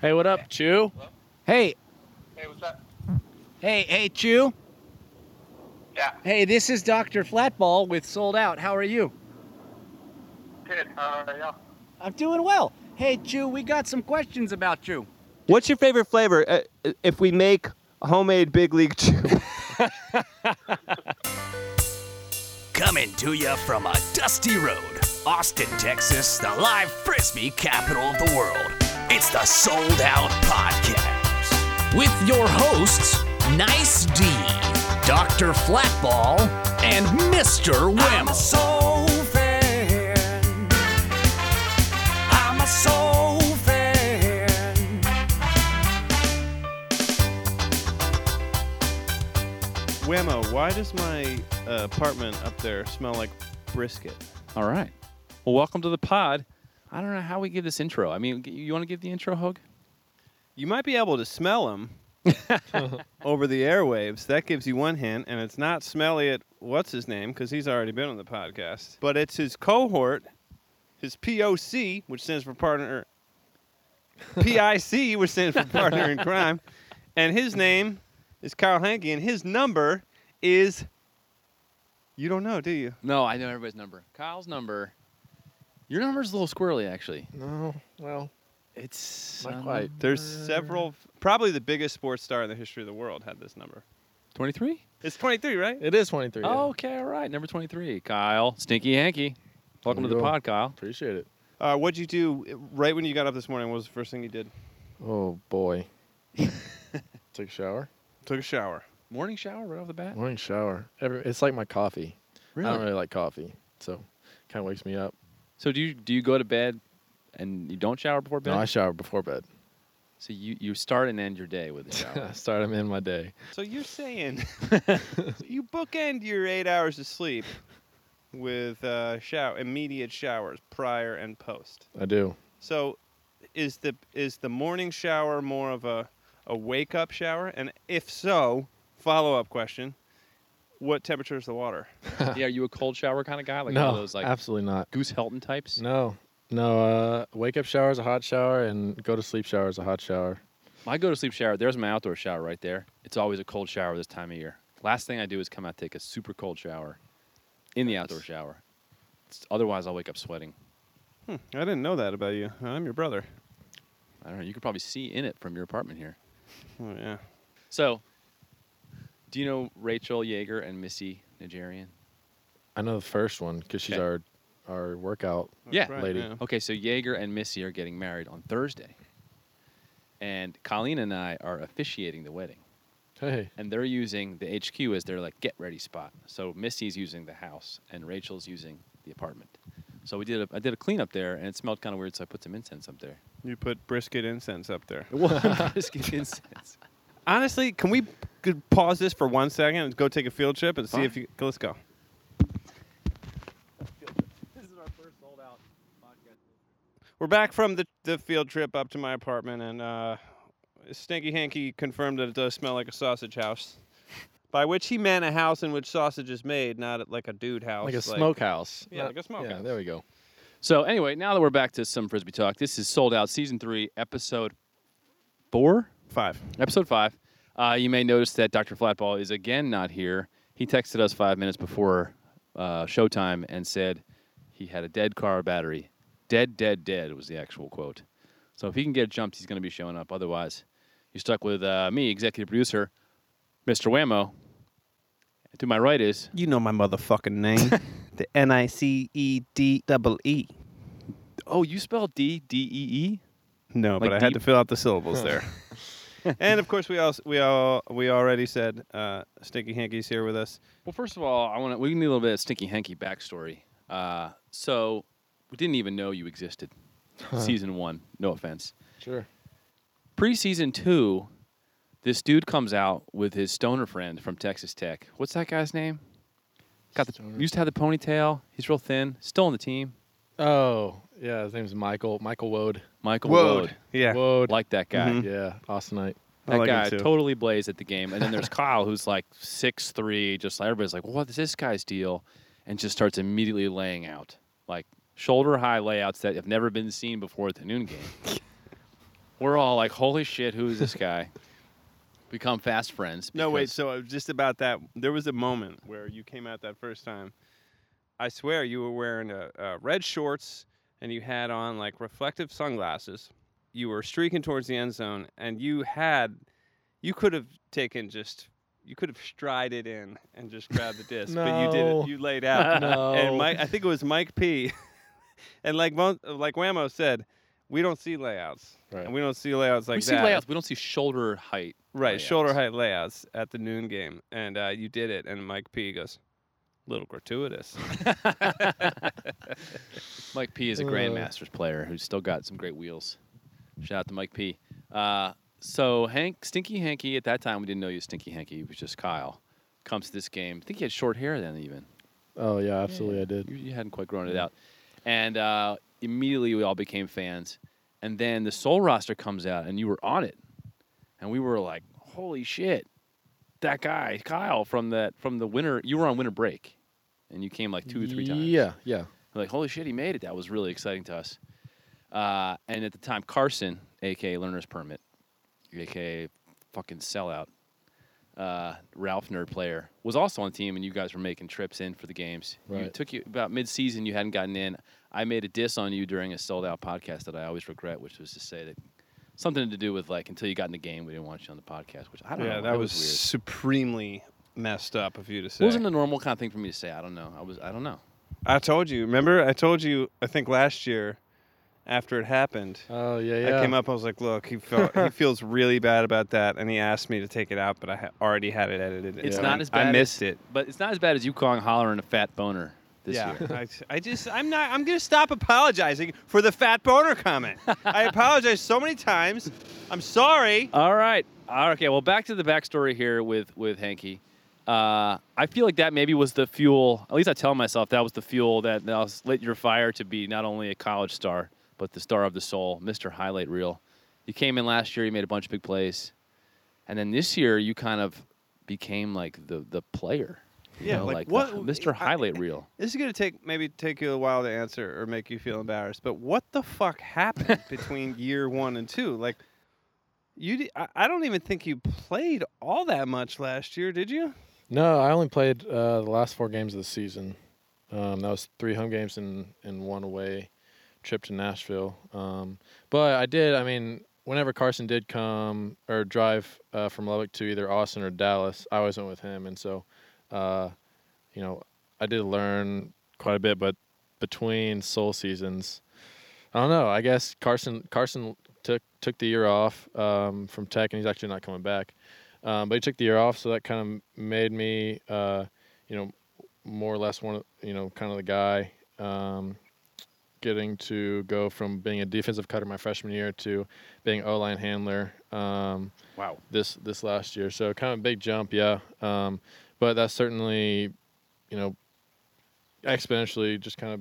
Hey, what up, Chew? Hey, Hey, what's up? hey, hey, Chew. Yeah, Hey, this is Dr. Flatball with Sold Out. How are you? good. How are y'all? I'm doing well. Hey, Chew, we got some questions about you. What's your favorite flavor? Uh, if we make homemade Big League Chew. Coming to you from a dusty road, Austin, Texas, the live frisbee capital of the world. It's the Sold Out Podcast with your hosts, Nice D, Dr. Flatball, and Mr. Wim. Whammo, why does my uh, apartment up there smell like brisket? All right. Well, welcome to the pod. I don't know how we give this intro. I mean, you want to give the intro, Hug? You might be able to smell them over the airwaves. That gives you one hint, and it's not Smelly at what's his name because he's already been on the podcast. But it's his cohort, his POC, which stands for partner, PIC, which stands for partner in crime, and his name is Kyle Hanke, and his number is. You don't know, do you? No, I know everybody's number. Kyle's number. Your number's a little squirrely, actually. No, well, It's Not quite. There's several, probably the biggest sports star in the history of the world had this number. Twenty-three. It's 23, right? it is 23. yeah. Okay, all right. Number twenty-three, Kyle Stinky Hanky. Welcome to There the we go. pod, Kyle. Appreciate it. Uh, what'd you do right when you got up this morning? What was the first thing you did? Oh, boy. Take a shower. Took a shower. Morning shower right off the bat. Morning shower. Every, it's like my coffee. I don't really like coffee, so kind of wakes me up. So do you do you go to bed and you don't shower before bed? No, I shower before bed. so you you start and end your day with a shower. Start them in my day. So you're saying you bookend your eight hours of sleep with uh, shower, immediate showers, prior and post. I do. So is the is the morning shower more of a a wake up shower? And if so, follow up question: What temperature is the water? yeah, are you a cold shower kind of guy? Like no, one of those like absolutely not. Goose Helton types? No, no. Uh, wake up shower is a hot shower, and go to sleep shower is a hot shower. My go to sleep shower, there's my outdoor shower right there. It's always a cold shower this time of year. Last thing I do is come out take a super cold shower in the outdoor shower. It's, otherwise, I'll wake up sweating. I didn't know that about you. I'm your brother. I don't know. You could probably see in it from your apartment here. Oh yeah. So, do you know Rachel Yeager and Missy Nigerian? I know the first one because she's Okay. our our workout. yeah. right, lady. yeah. Okay, so Jaeger and Missy are getting married on Thursday. And Colleen and I are officiating the wedding. Hey, And they're using the HQ as their like get ready spot. So Missy's using the house and Rachel's using the apartment. So we did a I did a cleanup there and it smelled kind of weird, so I put some incense up there. You put brisket incense up there. Brisket incense. Honestly, can we g- pause this for one second and go take a field trip and see if Fine. you let's go. We're back from the, the field trip up to my apartment, and uh, Stinky Hanky confirmed that it does smell like a sausage house. By which he meant a house in which sausage is made, not like a dude house. like a smokehouse. Yeah, like a Yeah, smokehouse. there we go. So anyway, now that we're back to some frisbee talk, this is sold out season three, episode four. Five. episode five. Uh, you may notice that Dr. Flatball is again not here. He texted us five minutes before uh, showtime and said he had a dead car battery. Dead, dead, dead was the actual quote. So if he can get jumped, he's going to be showing up. Otherwise, you're stuck with uh, me, executive producer, Mr. Whammo. To my right is You know my motherfucking name. the N I C E D double E. oh, you spell D D E E. No, Like but I had to deep- fill out the syllables there. and of course, we all we all we already said uh, Stinky Hanky's here with us. Well, first of all, I want to. We need a little bit of Stinky Hanky backstory. Uh, so we didn't even know you existed. Season one. No offense. Sure. preseason two, this dude comes out with his stoner friend from Texas Tech. What's that guy's name? Got the Stoner. used to have the ponytail. He's real thin. Still on the team. Oh, yeah. His name's Michael. Michael Wode. Michael Wode. Wode. Yeah. Wode. Like that guy. Mhm. yeah, Austinite. I That like him guy too. totally blazed at the game. And then there's Kyle, who's like six three. Just like everybody's like, what is this guy's deal? And just starts immediately laying out like shoulder high layouts that have never been seen before at the noon game. We're all like, holy shit, who is this guy? Become fast friends. No, wait. because- So uh, just about that, there was a moment where you came out that first time. I swear you were wearing uh, uh, red shorts and you had on like reflective sunglasses. You were streaking towards the end zone, and you had, you could have taken just, you could have strided in and just grabbed the disc, but you No. didn't. You laid out, No. and Mike, I think it was Mike P. and like Mo- like Whammo said, we don't see layouts, Right. and we don't see layouts like we that. see layouts, we don't see shoulder height. Right, layouts. shoulder height layouts at the noon game, and uh, you did it. And Mike P goes, "Little gratuitous." Mike P is a Uh. grandmasters player who's still got some great wheels. Shout out to Mike P. Uh, so Hank Stinky Hanky at that time we didn't know you was Stinky Hanky. He was just Kyle. Comes to this game. I think he had short hair then even. Oh yeah, absolutely, I did. You, you hadn't quite Mm. grown it out. And uh, immediately we all became fans. And then the Soul roster comes out and you were on it. And we were like, holy shit, that guy, Kyle, from that from the winter you were on winter break. And you came like two or three times. Yeah, yeah. We're like, holy shit, he made it. That was really exciting to us. Uh, and at the time, Carson, aka Learner's Permit, aka fucking sellout, uh, Ralph Nerd Player, was also on the team, and you guys were making trips in for the games. You Right. took you about mid season, you hadn't gotten in. I made a diss on you during a sold out podcast that I always regret, which was to say that something to do with like until you got in the game, we didn't want you on the podcast, which I don't know. weird. supremely messed up of you to It say. wasn't a normal kind of thing for me to say. I don't know. I was. I don't know. I told you. Remember, I told you. I think last year, after it happened, Oh yeah, yeah. I came up. I was like, "Look, he felt, he feels really bad about that," and he asked me to take it out, but I ha- already had it edited. It's and not I- as bad. I as- missed it. but it's not as bad as you calling hollering a fat boner this yeah, year. I, I just I'm not I'm gonna stop apologizing for the fat boner comment. I apologize so many times. I'm sorry. All right, Uh, okay. Well, back to the backstory here with with Hanky. Uh, I feel like that maybe was the fuel. At least I tell myself that was the fuel that that was- lit your fire to be not only a college star but the star of the soul, Mr. Highlight Reel. You came in last year. You made a bunch of big plays, and then this year you kind of became like the the player. You Yeah, know, like, like, the- what- Mr. I- Highlight Reel. This is gonna take maybe take you a while to answer or make you feel embarrassed. But what the fuck happened between year one and two? Like, you di- I, I don't even think you played all that much last year, did you? No, I only played uh, the last four games of the season. Um, that was three home games and, and one away trip to Nashville. Um, but I did, I mean, whenever Carson did come or drive uh, from Lubbock to either Austin or Dallas, I always went with him. And so, uh, you know, I did learn quite a bit, but between soul seasons, I don't know. I guess Carson Carson took took the year off um, from Tech, and he's actually not coming back. Um, but he took the year off, so that kind of made me, uh, you know, more or less one, of, you know, kind of the guy. Um, getting to go from being a defensive cutter my freshman year to being O line handler. Um, Wow. this this last year. So kind of a big jump, yeah. Um, but that certainly, you know, exponentially just kind of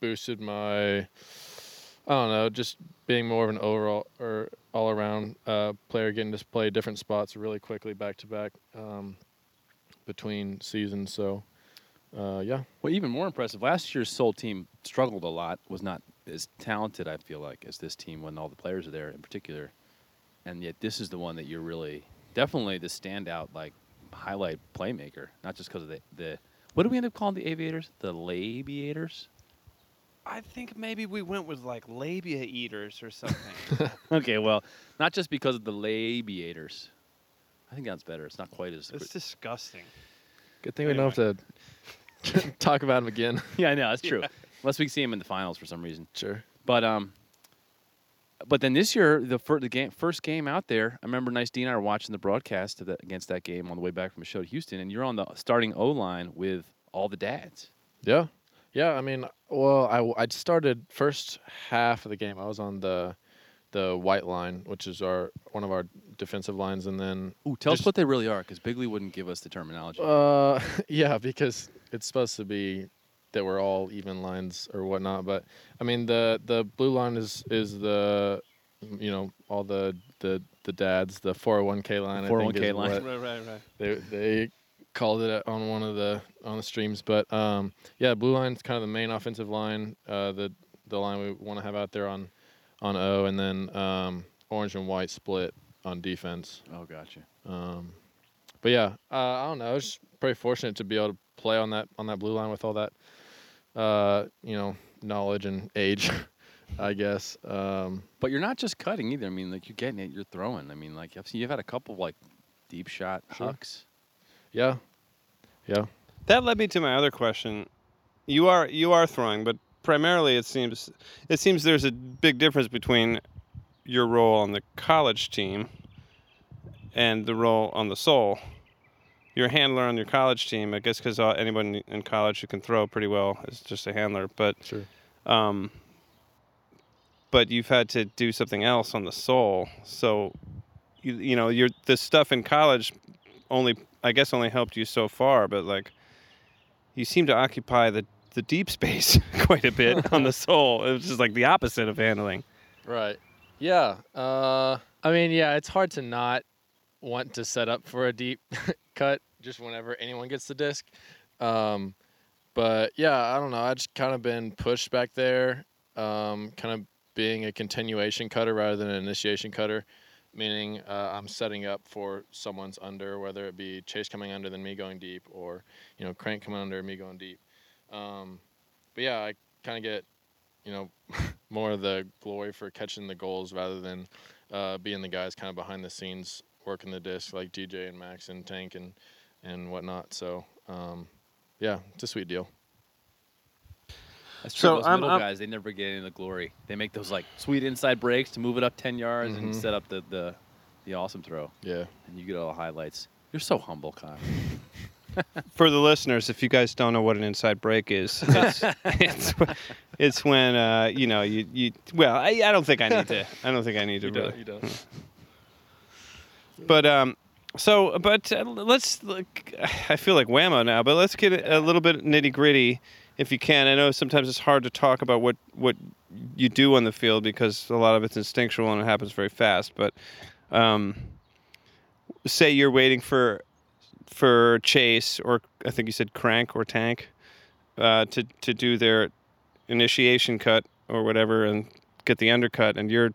boosted my, I don't know, just being more of an overall or all around uh, player, getting to play different spots really quickly back to back um, between seasons. So, uh, yeah, Well, even more impressive, last year's Seoul team struggled a lot, was not as talented, I feel like, as this team when all the players are there in particular. And yet, this is the one that you're really definitely the standout, like, highlight playmaker, not just because of the, the. What do we end up calling the aviators? The labiators? I think maybe we went with like labia eaters or something. Okay, well, not just because of the labiators. I think that's better. It's not quite as. it's disgusting. good thing we don't have to talk about him again. yeah, I know, that's true. Unless we see him in the finals for some reason. sure. But um, but then this year, the first the game, first game out there, I remember Nice D and I were watching the broadcast of that, against that game on the way back from a show to Houston, and you're on the starting O line with all the dads. Yeah, yeah. I mean, well, I w- I started first half of the game. I was on the the white line, which is our one of our defensive lines, and then Ooh, tell us Just- what they really are, because Bigley wouldn't give us the terminology. uh, yeah, because it's supposed to be that we're all even lines or whatnot. But I mean, the the blue line is is the you know all the the the dads, the 401k line. I think 401k is line. what- Right, right, right. they they called it on one of the on the streams. But um, yeah, blue line's kind of the main offensive line, uh, the the line we want to have out there on on O, and then um, orange and white split on defense. Oh, gotcha. Um, but yeah, uh, I don't know. I was just pretty fortunate to be able to play on that on that blue line with all that, uh, you know, knowledge and age, I guess. Um, But you're not just cutting either. I mean, like you're getting it, you're throwing. I mean, like I've seen, you've had a couple like deep shot Sure. hucks. yeah, yeah. That led me to my other question. You are you are throwing, but primarily it seems it seems there's a big difference between your role on the college team and the role on the soul. You're a handler on your college team, I guess, because anyone in college who can throw pretty well is just a handler. But Sure. um, but you've had to do something else on the soul. So, you, you know, your the stuff in college only, I guess, only helped you so far. But like, you seem to occupy the the deep space quite a bit on the soul. It was just like the opposite of handling. Right. Yeah. Uh, I mean, yeah, it's hard to not want to set up for a deep cut just whenever anyone gets the disc. Um, but yeah, I don't know. I just kind of been pushed back there, um, kind of being a continuation cutter rather than an initiation cutter, meaning uh, I'm setting up for someone's under, whether it be Chase coming under than me going deep, or you know Crank coming under me going deep. Um, but yeah, I kind of get you know more of the glory for catching the goals rather than uh, being the guys kind of behind the scenes working the disc like DJ and Max and Tank and and whatnot. So um, yeah, it's a sweet deal. That's true. So those I'm- middle I'm- guys, they never get any of the glory. They make those like sweet inside breaks to move it up ten yards and Mhm. set up the, the the awesome throw, Yeah, and you get all the highlights. You're so humble, Kyle. For the listeners, if you guys don't know what an inside break is, it's it's, it's when uh, you know you, you well I, I don't think I need to I don't think I need to really. don't. But um, so but uh, let's look. I feel like whammo now, but let's get a little bit nitty gritty, if you can. I know sometimes it's hard to talk about what what you do on the field because a lot of it's instinctual and it happens very fast. But um, say you're waiting for for Chase or I think you said Crank or Tank uh, to to do their initiation cut or whatever and get the undercut, and you're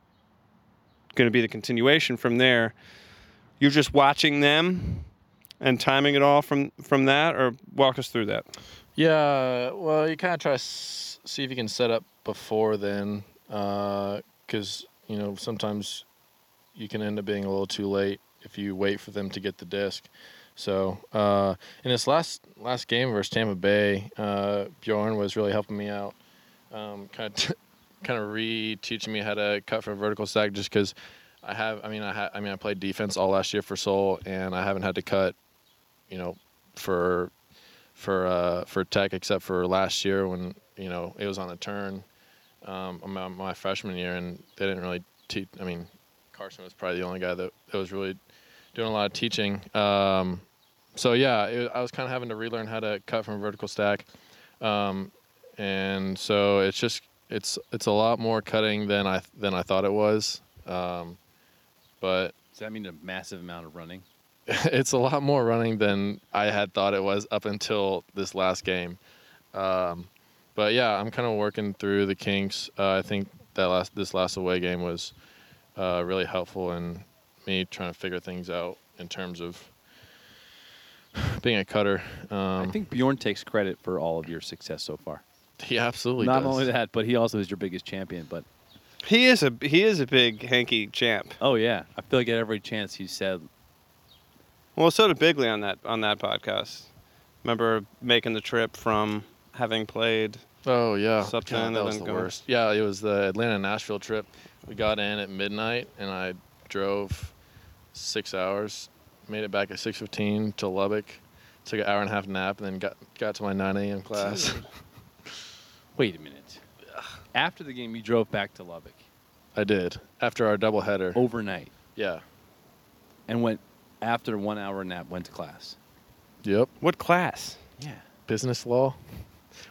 going to be the continuation from there you're just watching them and timing it all from from that or walk us through that Yeah, well, you kind of try to s- see if you can set up before then, because you know sometimes you can end up being a little too late if you wait for them to get the disc. So uh, in this last last game versus Tampa Bay, uh, Bjorn was really helping me out, um, kind of kind of re-teaching me how to cut from a vertical stack, just because I have. I mean, I ha- I mean, I played defense all last year for Seoul, and I haven't had to cut, you know, for for uh, for Tech, except for last year when you know it was on a turn, um, my, my freshman year, and they didn't really teach. I mean, Carson was probably the only guy that, that was really doing a lot of teaching. Um, so yeah, it, I was kind of having to relearn how to cut from a vertical stack, um, and so it's just it's it's a lot more cutting than I than I thought it was. Um, but Does that mean a massive amount of running? it's a lot more running than I had thought it was up until this last game. Um, but yeah, I'm kind of working through the kinks. Uh, I think that last this last away game was uh, really helpful in me trying to figure things out in terms of being a cutter. Um, I think Bjorn takes credit for all of your success so far. he absolutely Not does. only that, but he also is your biggest champion. But he is a he is a big hanky champ oh yeah, I feel like at every chance he said, well so did bigley on that on that podcast remember making the trip from having played Oh yeah, Something God, that that was didn't the go. worst. Yeah, it was the Atlanta Nashville trip. We got in at midnight, and I drove six hours, made it back at six fifteen to Lubbock, took an hour and a half nap, and then got got to my nine a.m. class. "Wait a minute." After the game, you drove back to Lubbock I did after our doubleheader. Oh. overnight Yeah. and went after one hour nap, went to class. Yep. what class Yeah. Business law.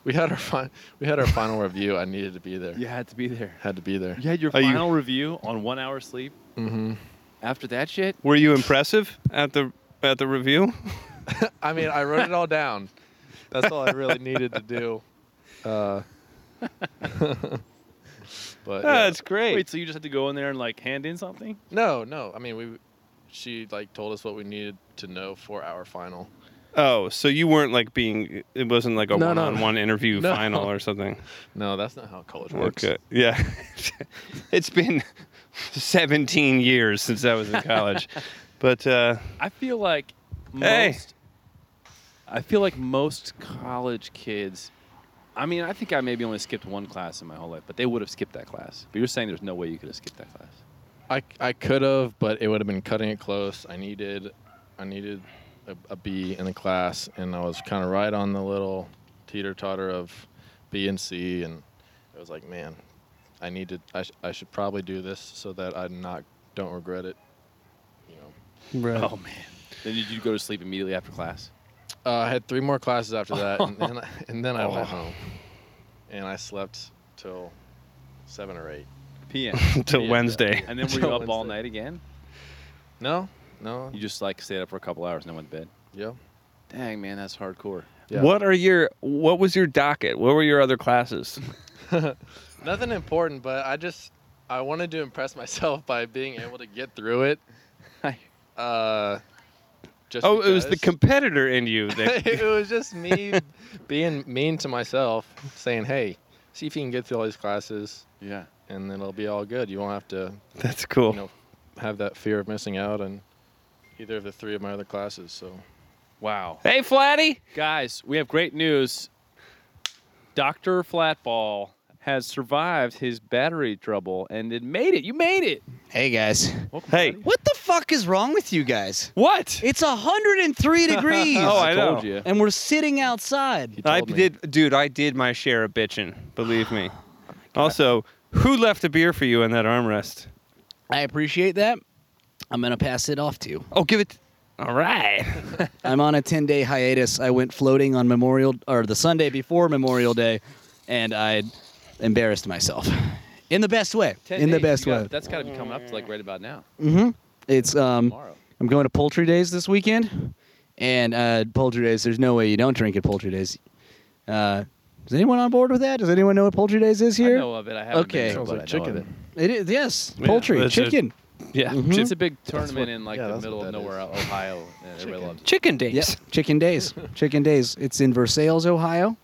We had our fi- we had our final review. I needed to be there. You had to be there. Had to be there. You had your Are you- final review on one hour sleep. Mm-hmm. After that shit, were you impressive at the at the review I mean, I wrote it all down. That's all I really needed to do. Uh, But yeah. That's great. Wait, so you just had to go in there and like hand in something? no, no. I mean, we she like told us what we needed to know for our final. Oh, so you weren't like being. It wasn't like a No, no, no. one-on-one interview No. final or something. No, that's not how college works. Okay. Yeah. it's been 17 years since I was in college, but uh, I feel like most. Hey. I feel like most college kids. I mean, I think I maybe only skipped one class in my whole life, but they would have skipped that class. But you're saying there's no way you could have skipped that class. I, I could have, but it would have been cutting it close. I needed, I needed a, a B in the class, and I was kind of right on the little teeter totter of B and C, and I was like, man, I need to, I, sh- I should probably do this so that I not don't regret it. You know, Oh man! Then did you go to sleep immediately after class? uh, I had three more classes after that, and then I, and then I went home, and I slept till seven or eight. P.M. until Yeah. Wednesday. And then were you Till up all Wednesday. night again? No, no, You just like stayed up for a couple hours and then went to bed. yeah, Dang man, that's hardcore. yeah. What are your? What was your docket? What were your other classes? Nothing important, but I just I wanted to impress myself by being able to get through it. Uh, just Oh, it was the because. competitor in you that it was just me being mean to myself, saying, "Hey, see if you can get through all these classes, Yeah. and then it'll be all good. You won't have to, That's cool. you know, have that fear of missing out on either of the three of my other classes." So Wow. hey, Flatty. Guys, we have great news. Dr. Flatball has survived his battery trouble and it made it. You made it. Hey guys, Hey, what the fuck is wrong with you guys? what? It's 103 degrees, Oh, I, I know. told you. and we're sitting outside. I told me. did, dude. I did my share of bitching. Believe me. also, who left a beer for you in that armrest? I appreciate that. I'm gonna pass it off to you. Oh, give it. All right. I'm on a 10 day hiatus. I went floating on Memorial or the Sunday before Memorial Day, and I embarrassed myf in the best way. In the best way. that's got to be coming up to like right about now. It's um, Tomorrow. I'm going to Poultry Days this weekend, and uh, Poultry Days. There's no way you don't drink at Poultry Days. Uh, is anyone on board with that? Does anyone know what Poultry Days is I here? know of it. I haven't Okay. been there, Sounds but like I know of chicken. It is yes, Yeah, poultry, that's a- chicken. Yeah. it. It's a big tournament what- in like yeah, the that's middle what of that nowhere, Ohio. And everybody loves it. Chicken days. Yes, chicken days, chicken days. It's in Versailles, Ohio.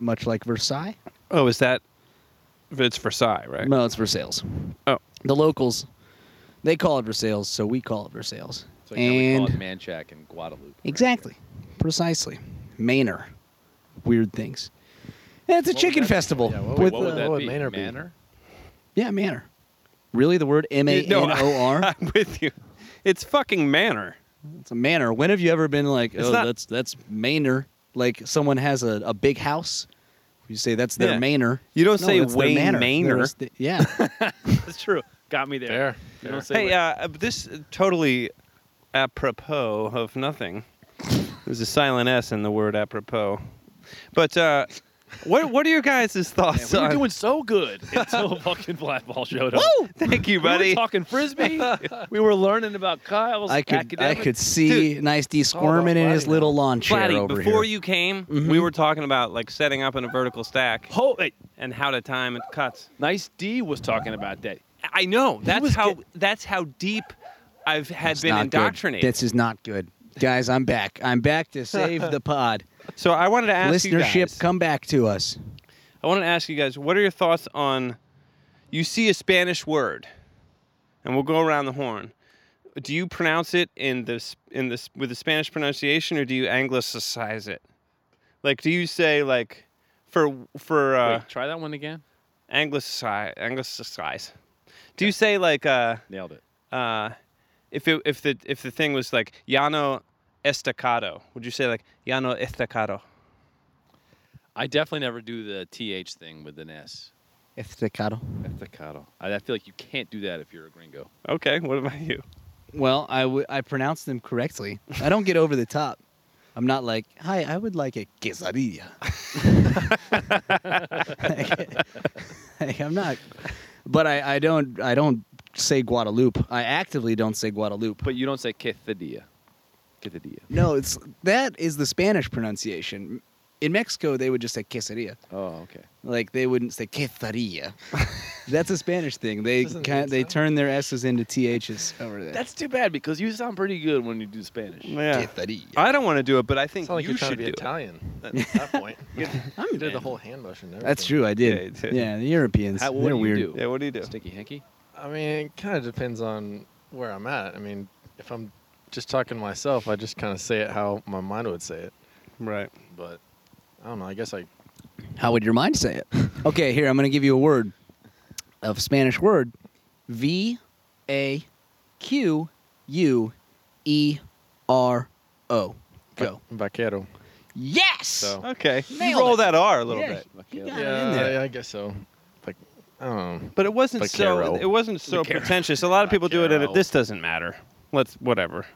Much like Versailles. Oh, is that? It's Versailles, right? No, it's Versailles. Oh. The locals, they call it Versailles, so we call it Versailles. It's like how we and call it Manchac and Guadalupe. exactly, precisely, Manor. Weird things. And it's a chicken festival. yeah, what with, what would uh, that would be? Manor be? Manor? yeah, Manor. Really, the word M A N No, I- O R. I'm with you. It's fucking manor. It's a manor. When have you ever been like, It's oh, not- that's that's manor? Like someone has a, a big house. You say that's their Yeah. manor. You don't No, say that's their Wayne manor. Manor. There's the- yeah. That's true. Got me there, You don't say Hey, what- uh, this is totally apropos of nothing. There's a silent S in the word apropos. But uh, what what are your guys' thoughts we were on? doing so good until fucking Flatball showed up. Thank you, We buddy. were talking frisbee. we were learning about Kyle's I could academics. I could see Nice D squirming in his little lawn chair Flatty, over before here. you came, we were talking about like setting up in a vertical stack Oh, wait. and how to time it cuts. Nice D was talking about that. I know that's was how get- that's how deep I've had It's been not indoctrinated. Good. This is not good, guys. I'm back. I'm back to save the pod. So I wanted to ask you guys, Listenership, come back to us. I want to ask you guys, what are your thoughts on? You see a Spanish word, and we'll go around the horn. Do you pronounce it in the s- in this with the Spanish pronunciation, or do you anglicize it? Like, do you say like for for uh, Wait, try that one again. anglicize anglicize? Do you say like uh, Nailed it. uh, if it, if the if the thing was like llano estacado? Would you say like llano estacado? I definitely never do the TH thing with an S. Estacado. Estacado. I, I feel like you can't do that if you're a gringo. Okay, what about you? Well, I, w- I pronounced them correctly. I don't get over the top. I'm not like, hi, I would like a quesadilla. like, I'm not, but I, I don't I don't say Guadalupe. I actively don't say Guadalupe. But you don't say quesadilla. Quesadilla. No, it's that is the Spanish pronunciation. In Mexico, they would just say quesadilla. Oh, okay. Like they wouldn't say quesadilla. That's a Spanish thing. They Doesn't kind make they sense. turn their s's into ths over there. That's too bad because you sound pretty good when you do Spanish. Yeah. quesadilla. I don't want to do it, but I think It's not like you you are trying to should be do Italian at that point. I'm- you did the whole hand motion. and That's everything. true. I Yeah, you did. Yeah, did. the Europeans. How- what they're do you weird. do? it. Yeah, what do you do? Sticky hanky. I mean, it kind of depends on where I'm at. I mean, if I'm just talking to myself, I just kind of say it how my mind would say it. Right. But I don't know. I guess I How would your mind say it? okay, here I'm going to give you a word of Spanish word: V A Q U E R O. Go. vaquero. Yes. So Okay. Oh. Nailed you roll it. that R a little Yeah. bit. Okay. Yeah. in yeah, there. yeah, I guess so. Like I don't know. But it wasn't so Vaquero. it wasn't so pretentious. A lot of people do it and it Vaquero. this doesn't matter. Let's whatever.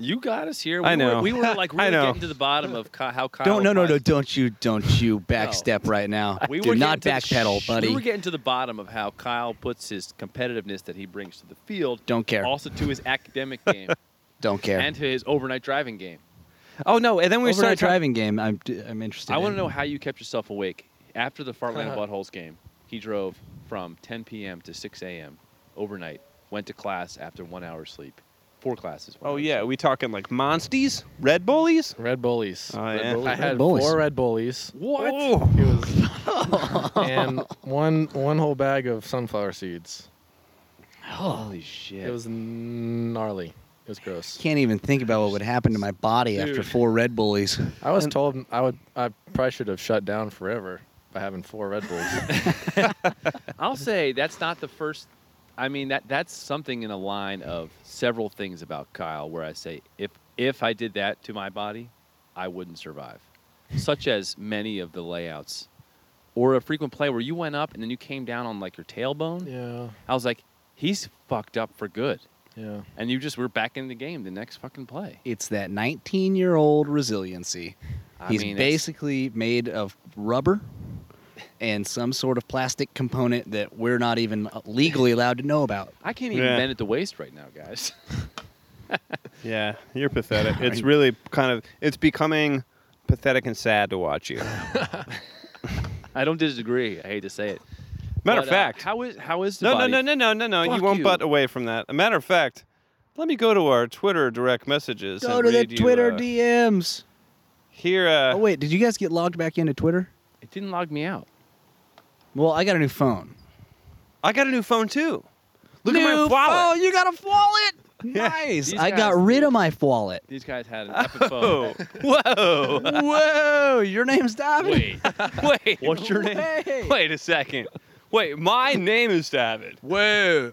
You got us here. I We were- know. we were like I really know. getting to the bottom of Ky- how Kyle. Don't no no no applies- don't you don't you backstep right now. We do were not getting to the- backpedal, shh, buddy. We were getting to the bottom of how Kyle puts his competitiveness that he brings to the field. Don't care. Also to his academic game Don't care. and to his overnight driving game. Oh no, and then we Overnight started try- driving game. I'm I'm interested. I want in. to know how you kept yourself awake after the Fartland Uh-huh. Buttholes game. He drove from 10 p.m. to 6 a.m. overnight. Went to class after one hour sleep. Four classes. one Oh hour yeah, sleep. we talking like Monsties? Red Bullies? Red Bullies. Oh, yeah. I Red had Bullies. four Red Bullies. What? It was and one one whole bag of sunflower seeds. Holy shit! It was gnarly. It was gross. Can't even think about what would happen to my body after Dude. four Red Bullies. I was told I would. I probably should have shut down forever by having four Red Bulls. I'll say that's not the first. I mean that that's something in a line of several things about Kyle where I say if if I did that to my body, I wouldn't survive. Such as many of the layouts, or a frequent play where you went up and then you came down on like your tailbone. yeah. I was like, he's fucked up for good, Yeah. and you just were back in the game the next fucking play. It's that 19 year old resiliency. I He's mean, that's- basically made of rubber and some sort of plastic component that we're not even legally allowed to know about. I can't even Yeah. bend at the waist right now, guys. Yeah, you're pathetic. It's really kind of it's becoming pathetic and sad to watch you. I don't disagree. I hate to say it. Matter of But, uh, fact, how is how is the no, no, body- no, no, no, no, no. You Fuck won't you. butt away from that. A matter of fact, let me go to our Twitter direct messages. Go and to the read you, Twitter uh, DMs. Here, uh, Oh, wait, did you guys get logged back into Twitter? It didn't log me out. Well, I got a new phone. I got a new phone too. Look at my wallet. Oh, you got a wallet? Nice. These I got guys- rid of my wallet. These guys had an epic Oh. phone. Whoa! Whoa, your name's David. Wait, Wait, what's your name? Wait. wait a second. Wait, my name is David. Whoa.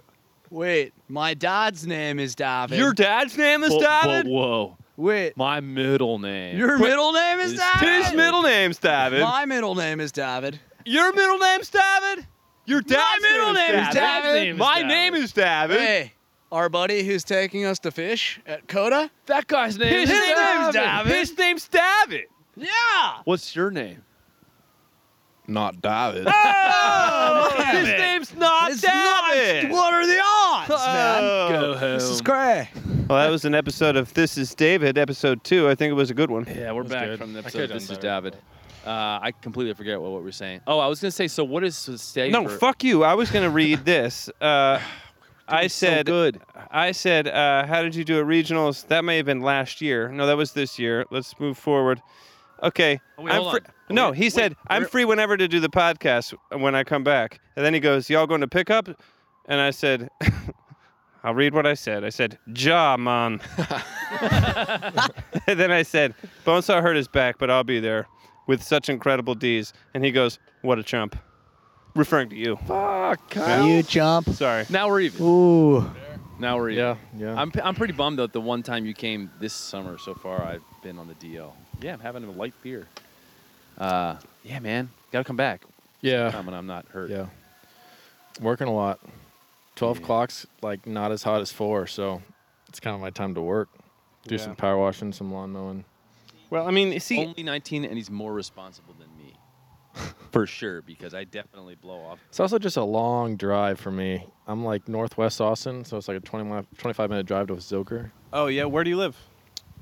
Wait, my dad's name is David. Your dad's name is But- but David. whoa, Wait, my middle name. your middle name is is David. His middle name's David. My middle name is David. Your middle name's David. Your dad's middle name is David. My name is David. Hey, our buddy who's taking us to fish at Coda. that guy's name. His, is name's David. David. His name's David. Yeah. What's your name? Not David. Oh, his name's not It's not- David. What are the odds, man? Oh. This is cray. Well, that was an episode of This Is David, episode two. I think it was a good one. Yeah, we're That's back good. from the I episode. could've This is done better, David. Uh, I completely forget what, what we're saying. Oh, I was gonna say. So what is stay? No, for- fuck you. I was gonna read this. Uh, I said good. I said, uh, how did you do at regionals? That may have been last year. No, that was this year. Let's move forward. Okay. Oh, wait, I'm hold free- on. Oh, No, wait, he wait, said I'm where- free whenever to do the podcast when I come back. And then he goes, "Y'all going to pick up?" And I said, "I'll read what I said." I said, "Ja, man." and then I said, "Bonesaw hurt his back, but I'll be there with such incredible D's." And he goes, "What a chump," referring to you. Fuck, Kyle. You jump. Sorry. Now we're even. Ooh. Now we're even. yeah. Yeah. I'm, I'm pretty bummed that the one time you came this summer so far, I've been on the DL. Yeah, I'm having a light beer. Uh, yeah, man, gotta come back. yeah. Come when I'm not hurt. Yeah. Working a lot. 12 Yeah. o'clock's like not as hot as 4, so it's kind of my time to work. Do Yeah. some power washing, some lawn mowing. Well, I mean, see, Only 19, and he's more responsible than me, for sure. Because I definitely blow off. It's also just a long drive for me. I'm like northwest Austin, so it's like a 20 mi- 25 minute drive to Zilker. oh, Oh yeah, where do you live?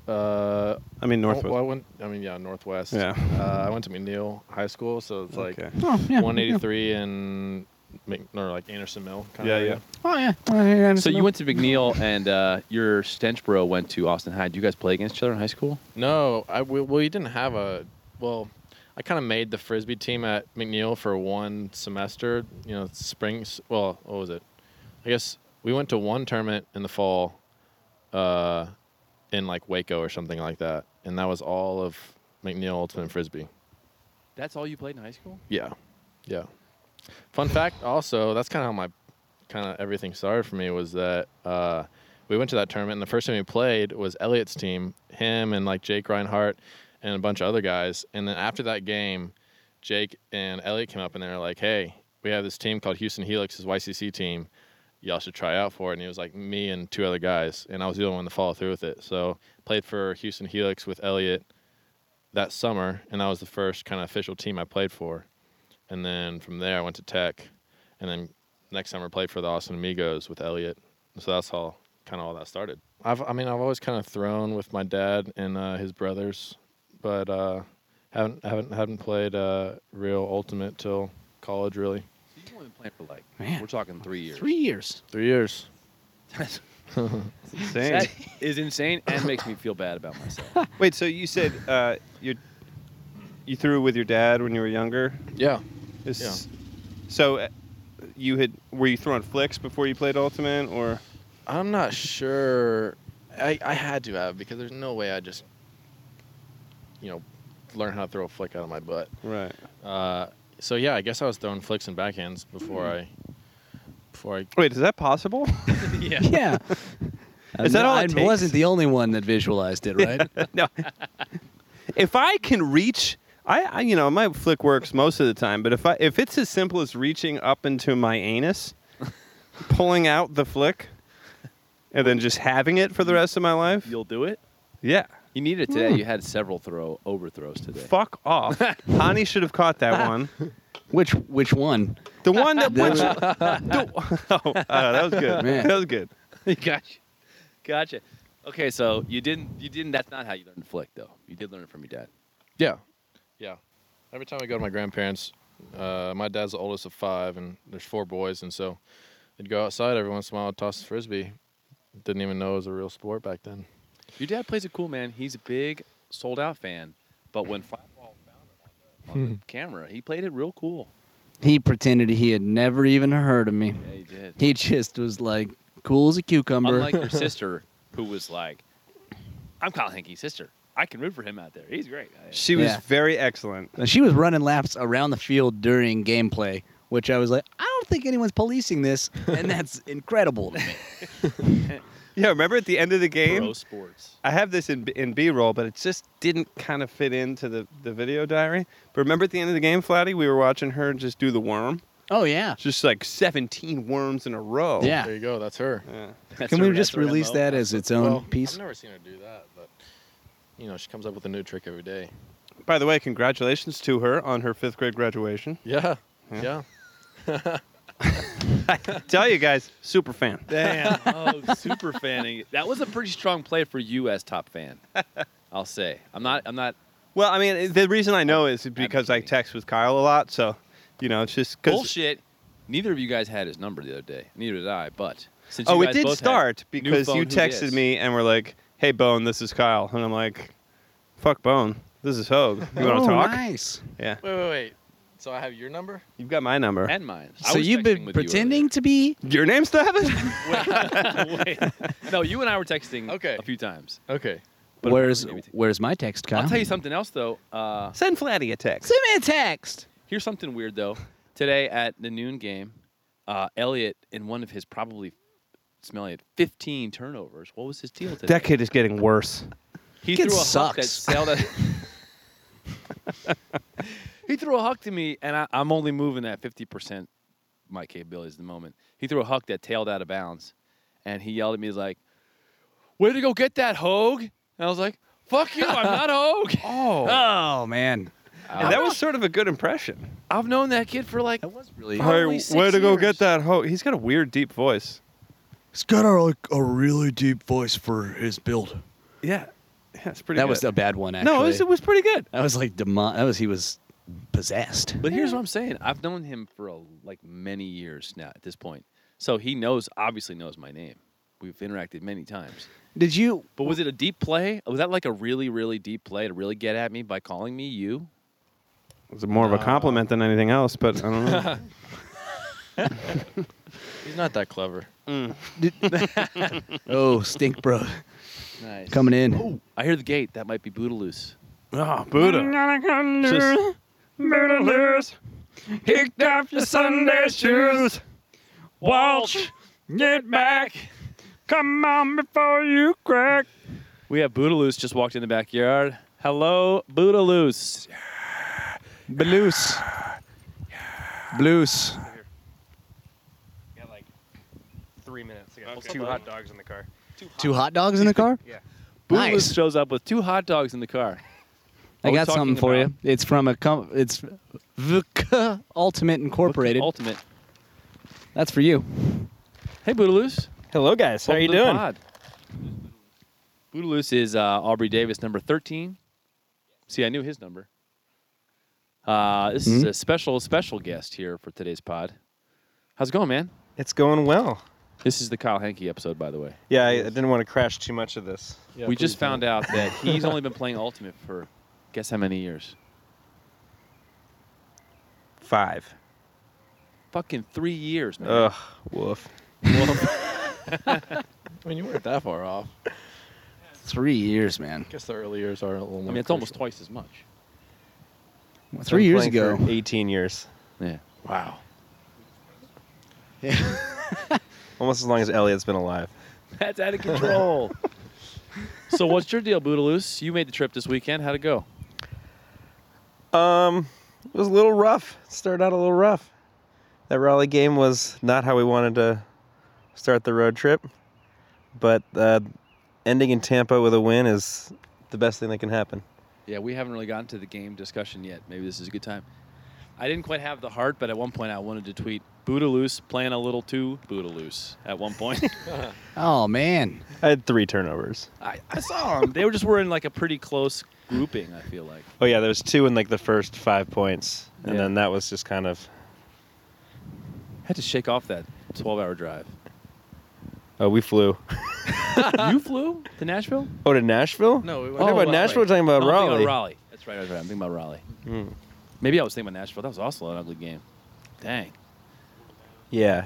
Uh, I mean, Northwest. Well, I went. I mean, yeah, Northwest. Yeah. Uh, I went to McNeil High School, so it's like Okay. Oh yeah. 183 and Mc, or like Anderson Mill. Kind Yeah, of yeah. Oh yeah. Oh, yeah. So you went to McNeil, and uh, your stench bro went to Austin High. Do you guys play against each other in high school? No, I we, well, you didn't have a well. I kind of made the frisbee team at McNeil for one semester. You know, spring. s- Well, what was it? I guess we went to one tournament in the fall, uh, in like Waco or something like that, and that was all of McNeil Ultimate Frisbee. That's all you played in high school? Yeah, yeah. Fun fact, also, that's kind of how my kind of everything started for me was that uh, we went to that tournament, and the first time we played was Elliot's team, him and like Jake Reinhart and a bunch of other guys. And then after that game, Jake and Elliot came up and they were like, "Hey, we have this team called Houston Helix, this YCC team. Y'all should try out for it." And it was like me and two other guys, and I was the only one to follow through with it. So played for Houston Helix with Elliot that summer, and that was the first kind of official team I played for. And then from there, I went to Tech, and then next summer played for the Austin Amigos with Elliot. So that's how kind of all that started. I've, I mean, I've always kind of thrown with my dad and uh, his brothers, but uh, haven't haven't haven't played uh, real ultimate till college, really. You've only been playing for like, Man. we're talking three years. three years. Three years. Insane. That is insane and makes me feel bad about myself. Wait, so you said uh, you you threw with your dad when you were younger? Yeah. This- Yeah. So uh, you had were you throwing flicks before you played ultimate or I'm not sure. I, I had to have because there's no way I just, you know, learn how to throw a flick out of my butt. right? Uh, so yeah, I guess I was throwing flicks and backhands before I, before I. Wait, is that possible? yeah. Yeah. Is that all I it takes? wasn't the only one that visualized it, right? no. if I can reach, I, I you know my flick works most of the time, but if I if it's as simple as reaching up into my anus, pulling out the flick, and then just having it for the rest of my life, You'll do it? Hmm. yeah. You need it today. You had several throw overthrows today. Fuck off. Hani should have caught that one. which which one? The one that went. That oh, uh, that was good. Man. That was good. gotcha. Gotcha. Okay, so you didn't. You didn't. That's not how you learned to flick, though. You did learn it from your dad. Yeah. Yeah. Every time I go to my grandparents, uh, my dad's the oldest of five, and there's four boys, and so they'd go outside every once in a while, toss a frisbee. Didn't even know it was a real sport back then. Your dad plays it cool, man. He's a big sold out fan. But when Fireball found it on the, on the camera, he played it real cool. He pretended he had never even heard of me. Yeah, he did. He just was like cool as a cucumber. Unlike your sister, who was like, "I'm Kyle Hinkey's sister. I can root for him out there. He's great." She was Yeah. very excellent. Now, she was running laps around the field during gameplay, which I was like, I don't think anyone's policing this, and that's incredible. to me. Yeah, remember at the end of the game, Pro sports. I have this in, in B roll, but it just didn't kind of fit into the, the video diary. But remember at the end of the game, Flatty, we were watching her just do the worm, Oh yeah, just like 17 worms in a row. yeah. There you go. That's her. Yeah. That's Can her- we that's just her release MO. that as its own well, piece? I've never seen her do that, but you know, she comes up with a new trick every day. By the way, congratulations to her on her fifth grade graduation. Yeah. Yeah. Tell you guys, super fan. Damn. Oh, super fanning. That was a pretty strong play for you as top fan. I'll say. I'm not. I'm not. Well, I mean, the reason I know is because I text with Kyle a lot, so you know, it's just 'cause- Bullshit. Neither of you guys had his number the other day. Neither did I. But since Oh, you it guys did both had start new because phone, you who texted dis? me and were like, "Hey, Bone, this is Kyle," and I'm like, "Fuck, Bone, this is Hogue. You want oh, to talk?" nice. Yeah, Wait, wait, wait. So I have your number? you've got my number. and mine. I So was you've texting been with you pretending to be Your name's Davin? earlier. Wait. No, you and I were texting. Okay. A few times. Okay. But where's apparently we- where's my text, Kyle? I'll tell you something else though. Uh, Send Flatty a text. Send me a text. here's something weird though. Today at the noon game, uh, Elliot in one of his probably smelly at 15 turnovers. What was his deal today? That kid is getting worse. He Kid threw a huck that sucks. sailed. A he threw a huck to me, and I, I'm only moving at 50% my capabilities at the moment. He threw a huck that tailed out of bounds, and he yelled at me, he's like, Way to go get that, Hogue. And I was like, Fuck you, I'm not Hogue. Oh, Oh man, and that was sort of a good impression. I've known that kid for like, was really. Hey, Only six way to go years. get that Hogue. He's got a weird deep voice. He's got a, like, a really deep voice for his build. Yeah. Yeah, it's pretty. that good. was a bad one. Actually, no, it was, it was pretty good. that was like demon. That was he was possessed. But here's what I'm saying. I've known him for a, like many years now at this point. So he knows, obviously knows my name. We've interacted many times. Did you? But was it a deep play? Was that like a really, really deep play to really get at me by calling me you? It was more of a Oh. compliment than anything else, but I don't know. He's not that clever. Oh, stink, bro, Nice. coming in. I hear the gate. That might be Boodaloos. oh, Buddha. Just, Buddha lose. Kicked off your Sunday shoes. Walsh, get back. Come on before you crack. We have Boodaloos just walked in the backyard. Hello, Boodaloos. Blues. Blues. Got like three minutes. I got two hot dogs in the car. Two hot dogs in the car? Yeah. Boodaloos Nice. shows up with two hot dogs in the car. I Are we got something talking for about- you. It's from a com- it's VK Ultimate Incorporated. Ultimate. That's for you. Hey, Boodaloos. Hello, guys. How Welcome you to the doing? pod. Boodaloos is uh, Aubrey Davis, number 13. See, I knew his number. Uh, this is Mhm. a special, special guest here for today's pod. How's it going, man? It's going well. This is the Kyle Hanke episode, by the way. Yeah, I, I didn't want to crash too much of this. Yeah, we please just found out that he's only been playing Ultimate for guess how many years? Five. Fucking three years, man. Ugh. Woof. don't. I mean, you weren't that far off. Three years, man. I guess the early years are a little more. I mean, it's almost twice as much. Three Been playing years ago. for Eighteen years. Yeah. Wow. Almost as long as Elliot's been alive. That's out of control. so, what's your deal, Boodaloos? You made the trip this weekend. How'd it go? Um, it was a little rough. It started out a little rough. That Raleigh game was not how we wanted to start the road trip, but uh, ending in Tampa with a win is the best thing that can happen. Yeah, we haven't really gotten to the game discussion yet. Maybe this is a good time. I didn't quite have the heart, but at one point I wanted to tweet Boodaloos playing a little too Boodaloos at one point. Oh man. I had three turnovers. I, I saw them. They were just were in like a pretty close grouping, I feel like. Oh yeah, there was two in like the first five points, and Yeah. then that was just kind of had to shake off that 12 hour drive. oh we flew. you flew to Nashville? Oh to Nashville? No, we we went- talking Oh, about right, Nashville. right. We're talking about No, I'm thinking Raleigh. Hmm. about Raleigh. That's right, that's right. I'm thinking about Raleigh. Maybe I was thinking about Nashville. That was also an ugly game. Dang. Yeah,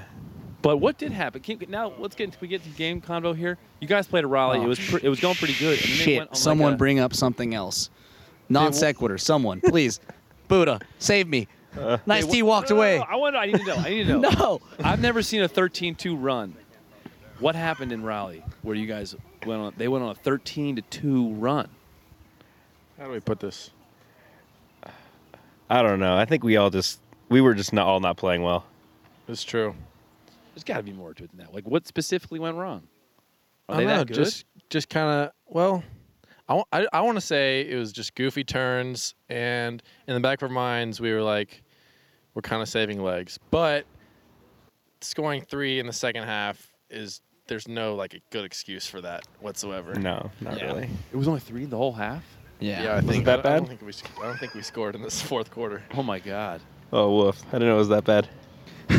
But what did happen? Can, now let's get can we get to game convo here. You guys played at Raleigh. Oh, it was pre- it was going pretty good. And then they went Shit. on like Someone a- bring up something else. Non sequitur. Someone, please. Buddha, save me. nice T walked No, no, no, away. Uh, I want. I need to know. I need to know. No. I've never seen a 13-2 run. What happened in Raleigh where you guys went on? They went on a 13-2 run. How do we put this? I don't know. I think we all just we were just not all not playing well. It's true. There's got to be more to it than that. Like what specifically went wrong? Are I they don't know, that Oh, good? just just kind of well, I want to say it was just goofy turns, and in the back of our minds we were like, we're kind of saving legs, but scoring three in the second half is there's no like a good excuse for that whatsoever. No, not Yeah. really. it was only three the whole half. Yeah, Yeah. I think that I, I bad? don't think we sc- I don't think we scored in this fourth quarter. Oh my god. Oh woof! I didn't know it was that bad.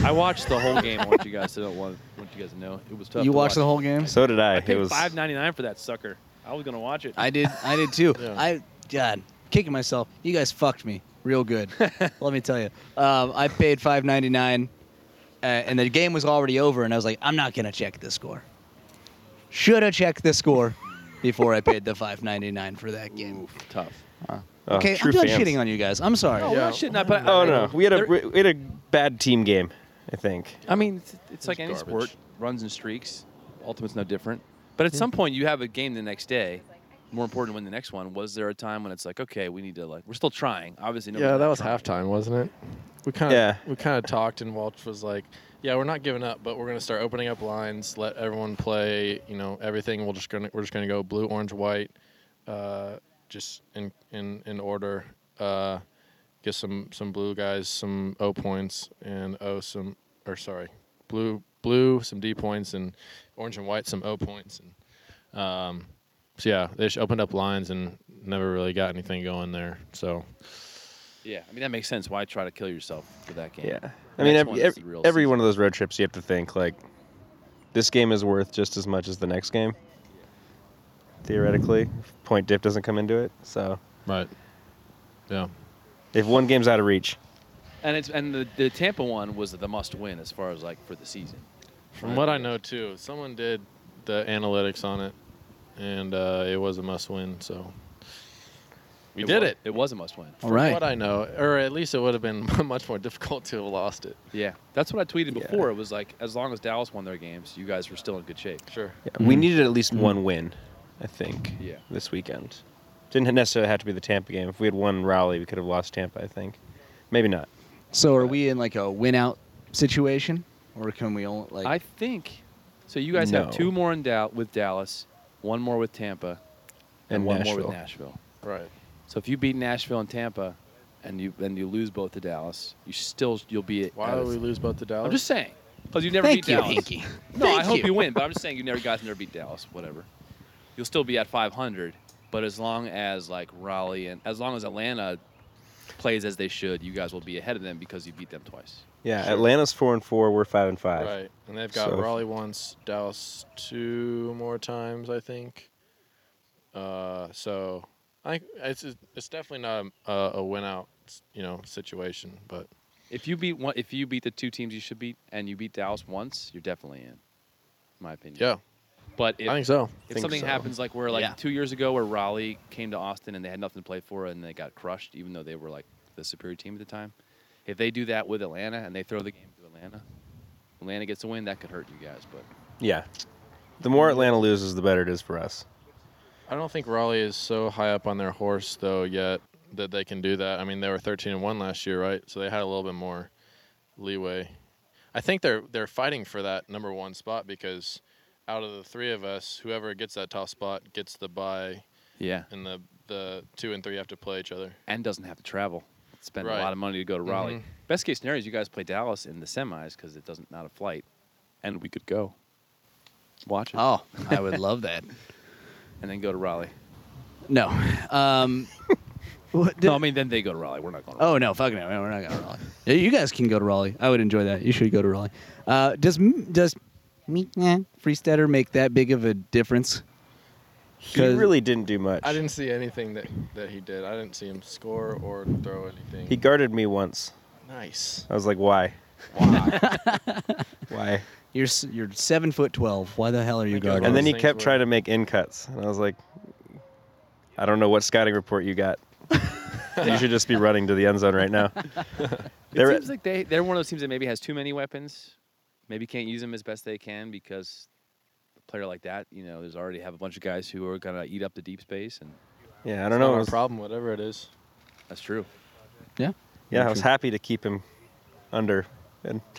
I watched the whole game. I want you guys to know. Want want you guys to know it was tough. you to watched watch. the whole game. So did I. I it paid was five ninety nine for that sucker. I was gonna watch it. I did. I did too. Yeah. I God, kicking myself. You guys fucked me real good. Let me tell you. Um, I paid five ninety nine, uh, and the game was already over, and I was like, I'm not gonna check the score. Should have checked the score before I paid the five ninety nine for that game. Oof, tough. oh, okay, true I'm not fans. shitting on you guys. I'm sorry. No, we're not shitting on- but I- Oh no, we had a there- we had a bad team game. I think. I mean, it's, it's like any garbage. sport, runs and streaks. Ultimate's no different. But at some point, you have a game the next day. More important to win the next one. Was there a time when it's like, okay, we need to like, we're still trying. Obviously, nobody's Yeah, not that was trying. halftime, wasn't it? We kind of Yeah. we kind of talked, and Welch was like, "Yeah, we're not giving up, but we're gonna start opening up lines. Let everyone play. You know, everything. We're just gonna we're just gonna go blue, orange, white, uh, just in in in order. Uh, get some some blue guys some O points and O some or sorry, blue blue some D points and orange and white some O points and um, So yeah, they just opened up lines and never really got anything going there. So Yeah, I mean that makes sense. Why try to kill yourself for that game? Yeah. I mean, Next every, one's every, the real every season. one of those road trips, you have to think like, this game is worth just as much as the next game. Theoretically, if point dip doesn't come into it. So right, yeah, if one game's out of reach, And it's and the, the Tampa one was the must win as far as like for the season. From what I know too, someone did the analytics on it, and uh, it was a must-win. So we did wa- it. It was a must win. Oh. All What right. I know, or at least it would have been much more difficult to have lost it. Yeah, that's what I tweeted before. It was like as long as Dallas won their games, you guys were still in good shape. Sure. yeah, we needed at least one win, I think. Yeah. This weekend didn't necessarily have to be the Tampa game. If we had won Raleigh, we could have lost Tampa. I think. Maybe not. So are we in like a win out situation, or can we only like? I think so. You guys No. have two more in Dal- with Dallas, one more with Tampa, and, And one more Nashville. with Nashville. Right. So if you beat Nashville and Tampa, and you and you lose both to Dallas, you still you'll be at. Why out would of- we lose both to Dallas? I'm just saying because you never Thank beat you, Dallas. Hinky. No, I Thank hope you win, but I'm just saying you never guys never beat Dallas. Whatever. You'll still be at 500, but as long as like Raleigh and as long as Atlanta plays as they should, you guys will be ahead of them because you beat them twice. Yeah. Atlanta's four and four. We're five and five. Right, and they've got So if- Raleigh once, Dallas two more times, I think. Uh, so I it's it's definitely not a, a win out, you know, situation. But If you beat one, if you beat the two teams you should beat, and you beat Dallas once, you're definitely in, in my opinion. yeah, But if, I think so. if think something so. happens like where like Yeah. two years ago where Raleigh came to Austin and they had nothing to play for and they got crushed, even though they were like the superior team at the time, if they do that with Atlanta and they throw the game to Atlanta, Atlanta gets a win, that could hurt you guys. But Yeah. The more Atlanta loses, the better it is for us. I don't think Raleigh is so high up on their horse though yet that they can do that. I mean, they were 13 and one last year, right? So they had a little bit more leeway. I think they're they're fighting for that number one spot because out of the three of us, whoever gets that top spot gets the bye. yeah, and the the two and three have to play each other. and doesn't have to travel, spend Right. a lot of money to go to Raleigh. Mhm. Best case scenario is you guys play Dallas in the semis because it doesn't not a flight, and we could go watch it Oh, I would love that. and then go to Raleigh. No. Um, what- no, I mean then they go to Raleigh. We're not going. To Raleigh. Oh no, fuck no, no, we're not going to Raleigh. Yeah, You guys can go to Raleigh. I would enjoy that. You should go to Raleigh. Uh, does m- does me eh, Freesteader make that big of a difference? He 'Cause- really didn't do much. I didn't see anything that that he did. I didn't see him score or throw anything. He guarded me once. nice. I was like, why? Why? why? You're s- you're seven foot twelve. Why the hell are you Think I guarding? And then those he things kept were- trying to make in cuts, and I was like, I don't know what scouting report you got. you should just be running to the end zone right now. Oh, It They're- seems like they they're one of those teams that maybe has too many weapons, maybe can't use them as best they can because a player like that, you know, there's already have a bunch of guys who are gonna eat up the deep space, and yeah, I don't Not know. our I was- problem, whatever it is. that's true. yeah. yeah, I was happy to keep him under. And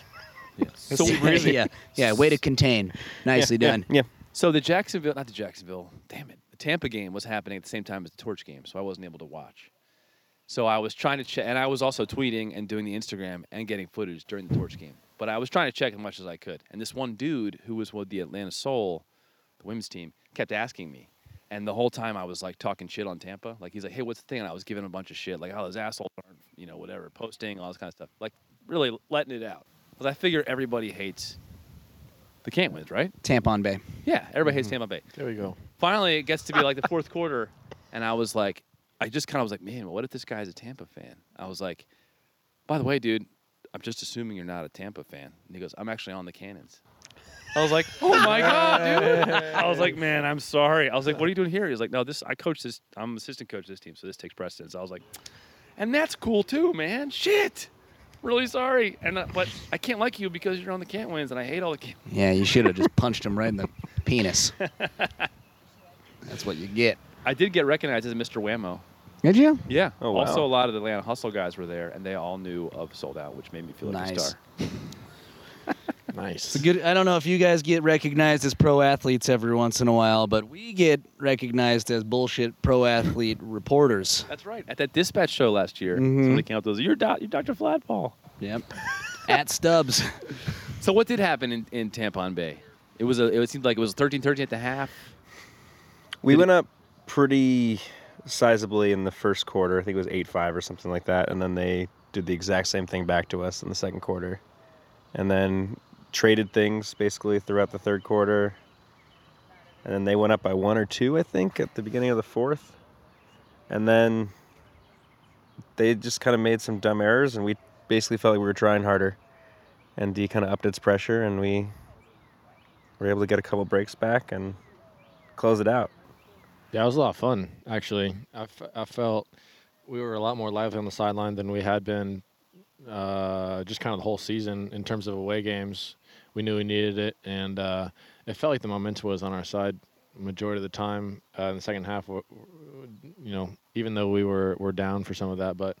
So yeah, yeah. Way to contain. Nicely done. yeah, So the Jacksonville, not the Jacksonville, damn it, the Tampa game was happening at the same time as the Torch game, so I wasn't able to watch. So I was trying to check, and I was also tweeting and doing the Instagram and getting footage during the Torch game. But I was trying to check as much as I could. And this one dude who was with the Atlanta Soul, the women's team, kept asking me. And the whole time I was like talking shit on Tampa. Like he's like, hey, what's the thing? And I was giving him a bunch of shit, like, oh, those assholes aren't, you know, whatever, posting, all this kind of stuff. Like really letting it out. Because I figure everybody hates the can't wins, right? Tampon Bay. Yeah, everybody hates Tampa Bay There we go. finally it gets to be like the fourth quarter and i was like i just kind of was like man what if this guy's a tampa fan i was like by the way dude i'm just assuming you're not a tampa fan and he goes i'm actually on the cannons i was like oh my god dude i was like man i'm sorry i was like what are you doing here he was like no this i coach this i'm assistant coach of this team so this takes precedence i was like and that's cool too man shit really sorry and uh, but i can't like you because you're on the can't wins and i hate all the can- Yeah, you should have just punched him right in the penis. That's what you get. i did get recognized as mr whammo Did you? Yeah. Oh, Also, wow. a lot of the Atlanta Hustle guys were there, and they all knew of Sold Out, which made me feel like a Nice. star. Nice. It's a good. I don't know if you guys get recognized as pro athletes every once in a while, but we get recognized as bullshit pro athlete reporters. That's right. At that dispatch show last year, Mhm. somebody came up to us, "You're, doc- you're Dr. Flatball." Yep. At Stubbs. So what did happen in, in Tampon Bay? It was a. It seemed like it was 13-13 at the half. We went up pretty sizably in the first quarter. I think it was 8 5 or something like that. And then they did the exact same thing back to us in the second quarter. And then traded things basically throughout the third quarter. And then they went up by one or two, I think, at the beginning of the fourth. And then they just kind of made some dumb errors. And we basically felt like we were trying harder. And D kind of upped its pressure. And we were able to get a couple breaks back and close it out. Yeah, it was a lot of fun, actually. I, f- I felt we were a lot more lively on the sideline than we had been uh, just kind of the whole season in terms of away games. We knew we needed it, and uh, it felt like the momentum was on our side majority of the time. Uh, in the second half, w- w- you know, even though we were, were down for some of that, but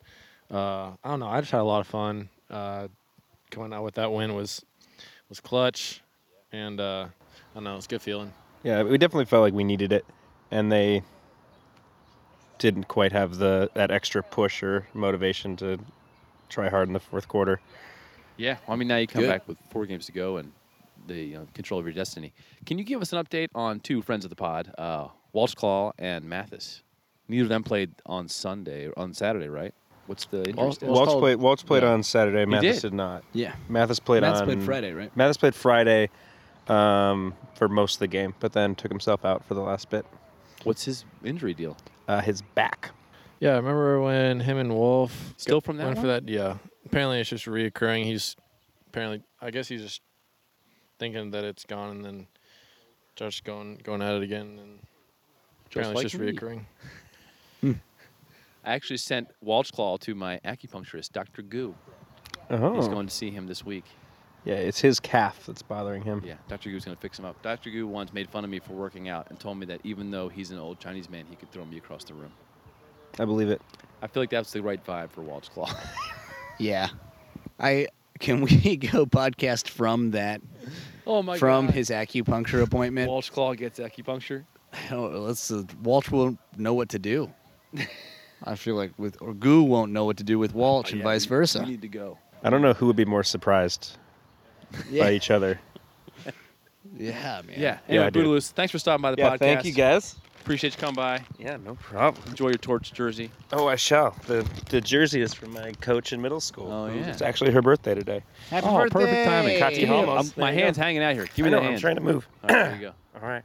uh, I don't know. I just had a lot of fun. Uh, coming out with that win was was clutch, and uh, I don't know, it's a good feeling. Yeah, we definitely felt like we needed it, and they didn't quite have the that extra push or motivation to try hard in the fourth quarter. Yeah, well, I mean, now you come Good. back with four games to go and the you know, control of your destiny. Can you give us an update on two friends of the pod, uh, Walsh Claw and Mathis? Neither of them played on Sunday on Saturday, right? What's the injury Walsh- status? Walsh- Waltz called- played Waltz played yeah. on Saturday. Mathis did. did. not. Yeah. Mathis played Mathis on played Friday, right? Mathis played Friday um, for most of the game, but then took himself out for the last bit. What's his injury deal? Uh, his back. Yeah, I remember when him and Wolf Still got- from that went for one? that. Yeah, apparently it's just reoccurring. He's apparently, I guess he's just thinking that it's gone and then starts going going at it again, and apparently like it's just me. reoccurring. I actually sent Walsh Claw to my acupuncturist, Doctor Goo. Oh, Uh-huh. He's going to see him this week. yeah, it's his calf that's bothering him. Yeah, Dr. Goo's going to fix him up. Dr. Goo once made fun of me for working out and told me that even though he's an old Chinese man, he could throw me across the room. I believe it. I feel like that's the right vibe for Walsh Claw. Yeah. I can we go podcast from that oh my from God. his acupuncture appointment? Walsh Claw gets acupuncture. Oh, let's uh, Walsh won't know what to do. I feel like with or Goo won't know what to do with Walsh and Uh, Yeah, vice we- versa. We need to go. I don't know who would be more surprised yeah. by each other. yeah, man. Yeah. Yeah, Anyway, I do. Boodaloos, thanks for stopping by the podcast. guys. Appreciate you coming by. Yeah, no problem. Enjoy your torch jersey. Oh, I shall. The the jersey is from my coach in middle school. Oh, yeah. It's actually her birthday today. Happy Oh, birthday. perfect timing. Kathy Holmes. I'm- my There you hand's go. hanging out here. Give I me know, the hand. I'm trying to move. All right, there you go. All right.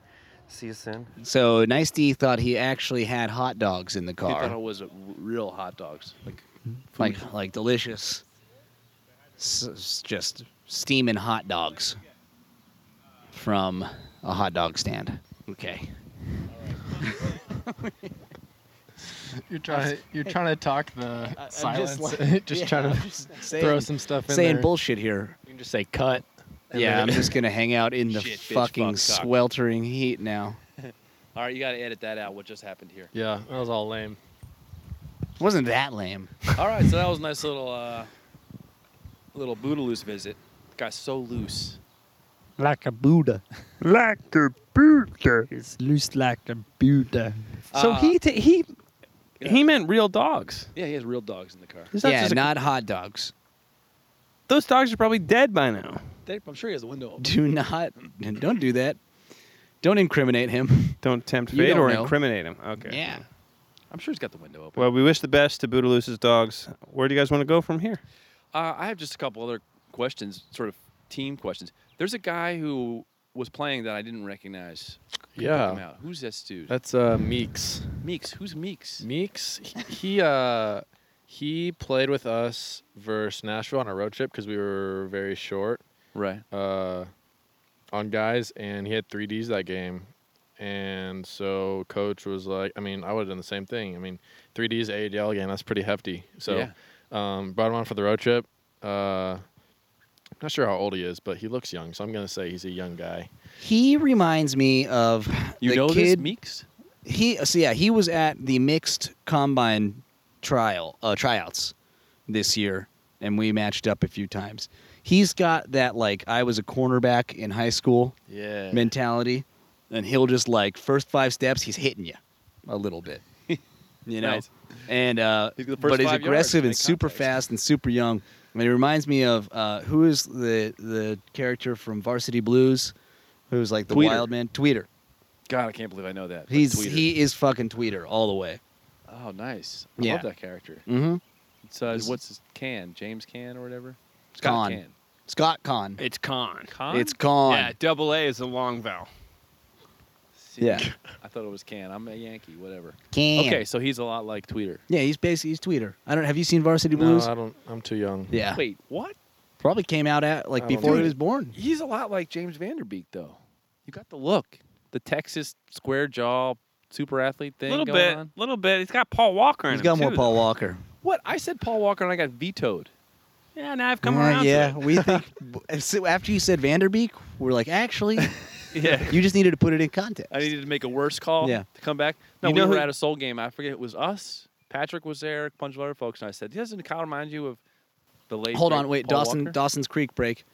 See you soon. So Nice D thought he actually had hot dogs in the He thought it car, was uh, r- real hot dogs. Like, like like delicious, s- s- just steaming hot dogs from a hot dog stand. Okay. You're trying you're trying to talk the silence- just trying to saying- throw some stuff in Saying there. bullshit here. You can just say cut. and Yeah, I'm then- just gonna hang out in the Shit, bitch, fucking fuck, cock. sweltering heat now. all right, you got to edit that out. What just happened here? yeah, that was all lame. Wasn't that lame? All right, so that was a nice little uh, little Boodaloos visit. Got so loose. like a Buddha. like a Buddha. It's loose like a Buddha. So Uh, he t- he yeah. he meant real dogs. Yeah, he has real dogs in the car. It's not Yeah, just a- not hot dogs. those dogs are probably dead by now. They, I'm sure he has a window. open. Do not, don't do that. Don't incriminate him. Don't tempt You fate don't or know. incriminate him. Okay. Yeah. I'm sure he's got the window open. Well, we wish the best to Boodaloo's dogs. Where do you guys want to go from here? Uh, I have just a couple other questions, sort of team questions. There's a guy who was playing that I didn't recognize. Couldn't pick him Yeah, out. Who's this dude? that's uh, Meeks. Meeks. Who's Meeks? Meeks, he- he uh, he played with us versus Nashville on a road trip because we were very short Right. uh, on guys, and he had three Ds that game, and so coach was like, I mean, I would have done the same thing. I mean, three Ds ADL game, that's pretty hefty. So, Yeah. um, brought him on for the road trip. Uh, not sure how old he is, but he looks young, so I'm gonna say he's a young guy. He reminds me of You the know kid. this Meeks? He uh, so yeah, he was at the mixed combine trial uh, tryouts this year, and we matched up a few times. He's got that like I was a cornerback in high school Yeah. mentality, and he'll just like first five steps he's hitting you a little bit, you know. Nice. And uh, He's the first but he's five yards, aggressive and make super contact. fast and super young. And it reminds me of uh, who is the the character from Varsity Blues, who's like the Tweeter. wild man Tweeter. God, I can't believe I know that. Like He's Tweeter. he is fucking tweeter all the way. Oh, nice. I Yeah. love that character. Mm-hmm. It's, uh, what's his can? James Can or whatever. Con. Scott Con. It's con. Con. It's Con. Yeah, double A is a long vowel. See, yeah. I thought it was Can. I'm a Yankee. Whatever. Can. Okay, so he's a lot like Tweeter. Yeah, he's basically he's tweeter. I don't. Have you seen Varsity No, Blues? I don't. I'm too young. yeah. uh, Wait, what? Probably came out at like I don't before know. he was born. He's a lot like James Vanderbeek, though. You got the look, the Texas square jaw super athlete A thing. little going bit. on. little bit. He's got Paul Walker in He's him, got more too, Paul Walker. What? I said Paul Walker, and I got vetoed. though. Yeah, now I've come Uh, around. to Yeah, it. we think. so after you said Vanderbeek, we're like, actually, Yeah. you just needed to put it in context. I needed to make a worse call Yeah. to come back. No, You we know were who- at a soul game. I forget it was us. Patrick was there, a bunch of other folks, and I said, "Doesn't Kyle remind you of the late?" Hold great on, wait, Paul Dawson, Walker? Dawson's Creek break.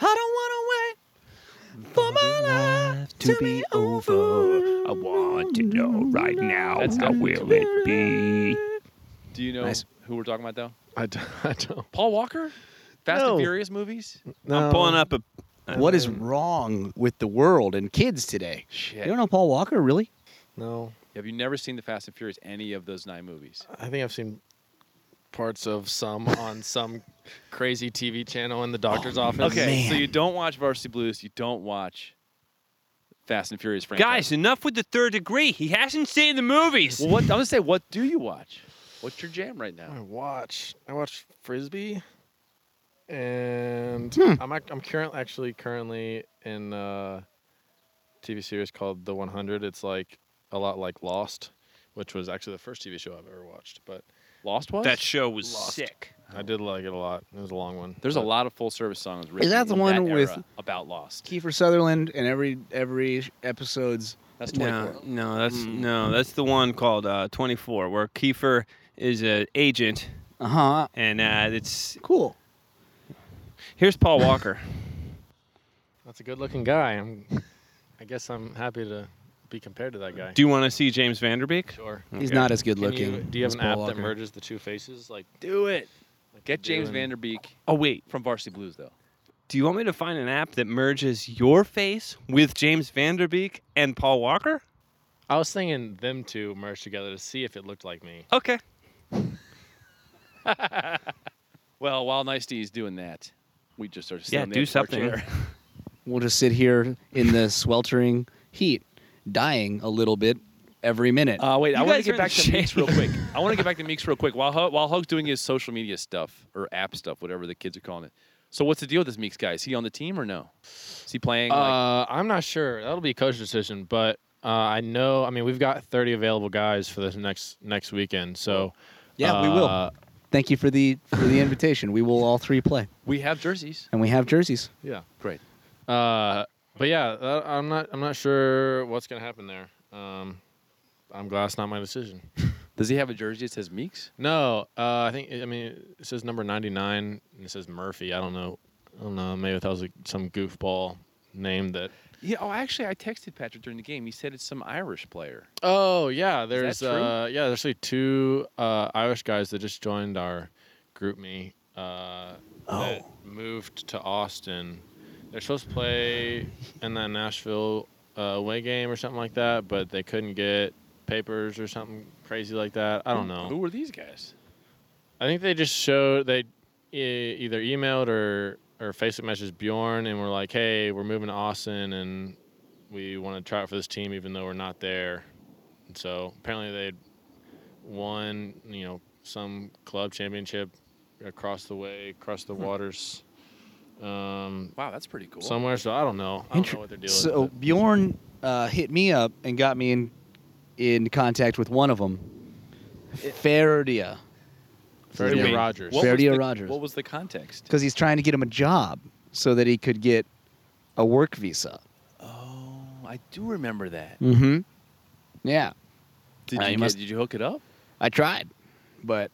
I don't want to wait for my life to be over. I want to know right now That's how not- will it be? Do you know Nice. who we're talking about though? I don't. I don't. Paul Walker, Fast No. and Furious movies. I'm pulling up a. What is wrong with the world and kids today? Shit. You don't know Paul Walker, really? No, Have you never seen the Fast and Furious? Any of those nine movies? Oh, I think I've seen parts of some on some crazy TV channel in the doctor's office. Okay, so Oh, Man. you don't watch Varsity Blues. You don't watch Fast and Furious franchise. Guys, enough with the third degree. He hasn't seen the movies. well, what, I'm gonna say, what do you watch? What's your jam right now? I watch. I watch frisbee, and I'm ac- I'm currently actually currently in a TV series called The 100. It's like a lot like Lost, which was actually the first TV show I've ever watched. But Lost was that show was Lost. sick. I did like it a lot. It was a long one. There's a but- lot of full service songs. Written Is that the in one with- era about Lost? Kiefer Sutherland and every every episode's That's 24. No, no, that's no, that's the one called uh, 24, where Kiefer is an agent, uh huh. and uh, it's Cool. here's Paul Walker. That's a good-looking guy. I'm. I guess I'm happy to be compared to that guy. Do you want to see James Vanderbeek? sure. He's Okay. not as good Can looking. you, do you have as an Paul app Walker. that merges the two faces? Like, Do it. like Get you do James in- Vanderbeek Oh wait, from Varsity Blues though. do you want me to find an app that merges your face with James Vanderbeek and Paul Walker? I was thinking them two merged together to see if it looked like me. Okay. Well, while Nice D is doing that, we just are sitting Yeah, on the do edge of our something. chair. We'll just sit here in the sweltering heat, dying a little bit every minute. Uh, wait, I You want guys to are get in back the to Meeks real shade. quick. I want to get back to Meeks real quick while Hug, while Hug's doing his social media stuff or app stuff, whatever the kids are calling it. So what's the deal with this Meeks guy? Is he on the team or no? Is he playing? like, Uh, I'm not sure. That'll be a coach decision, but uh, I know. I mean, we've got 30 available guys for this next next weekend. So yeah, we will. uh, Thank you for the for the invitation. We will all three play, we have jerseys. and we have jerseys. Yeah. Great. Uh, but yeah, uh, I'm not. I'm not sure what's gonna happen there. Um, I'm glad it's not my decision. Does he have a jersey that says Meeks? No, uh, I think. I mean, it says number 99, and it says Murphy. I don't know. I don't know. Maybe that was like some goofball name that. Yeah. Oh, actually, I texted Patrick during the game. He said it's some Irish player. Oh yeah, there's true? uh yeah, there's like two uh, Irish guys that just joined our group me uh that moved to Austin. They're supposed to play in that Nashville uh, away game or something like that, but they couldn't get papers or something crazy like that. I don't know. Who were these guys? I think they just showed they e- either emailed or or Facebook messaged Bjorn and were like, "Hey, we're moving to Austin and we want to try out for this team, even though we're not there." And so apparently they won, you know, some club championship across the way, across Hmm. the waters, um, Wow, that's pretty cool. somewhere. So I don't know. I don't Inter- know what they're doing. So Bjorn uh, hit me up and got me in in contact with one of them, Faradia, Freddie Wait, Rogers. what was Verdia the- Rogers. What was the context? because he's trying to get him a job so that he could get a work visa. Oh, I do remember that. Mm-hmm. Yeah, Did Uh, you, you get- must- did you hook it up? I tried, but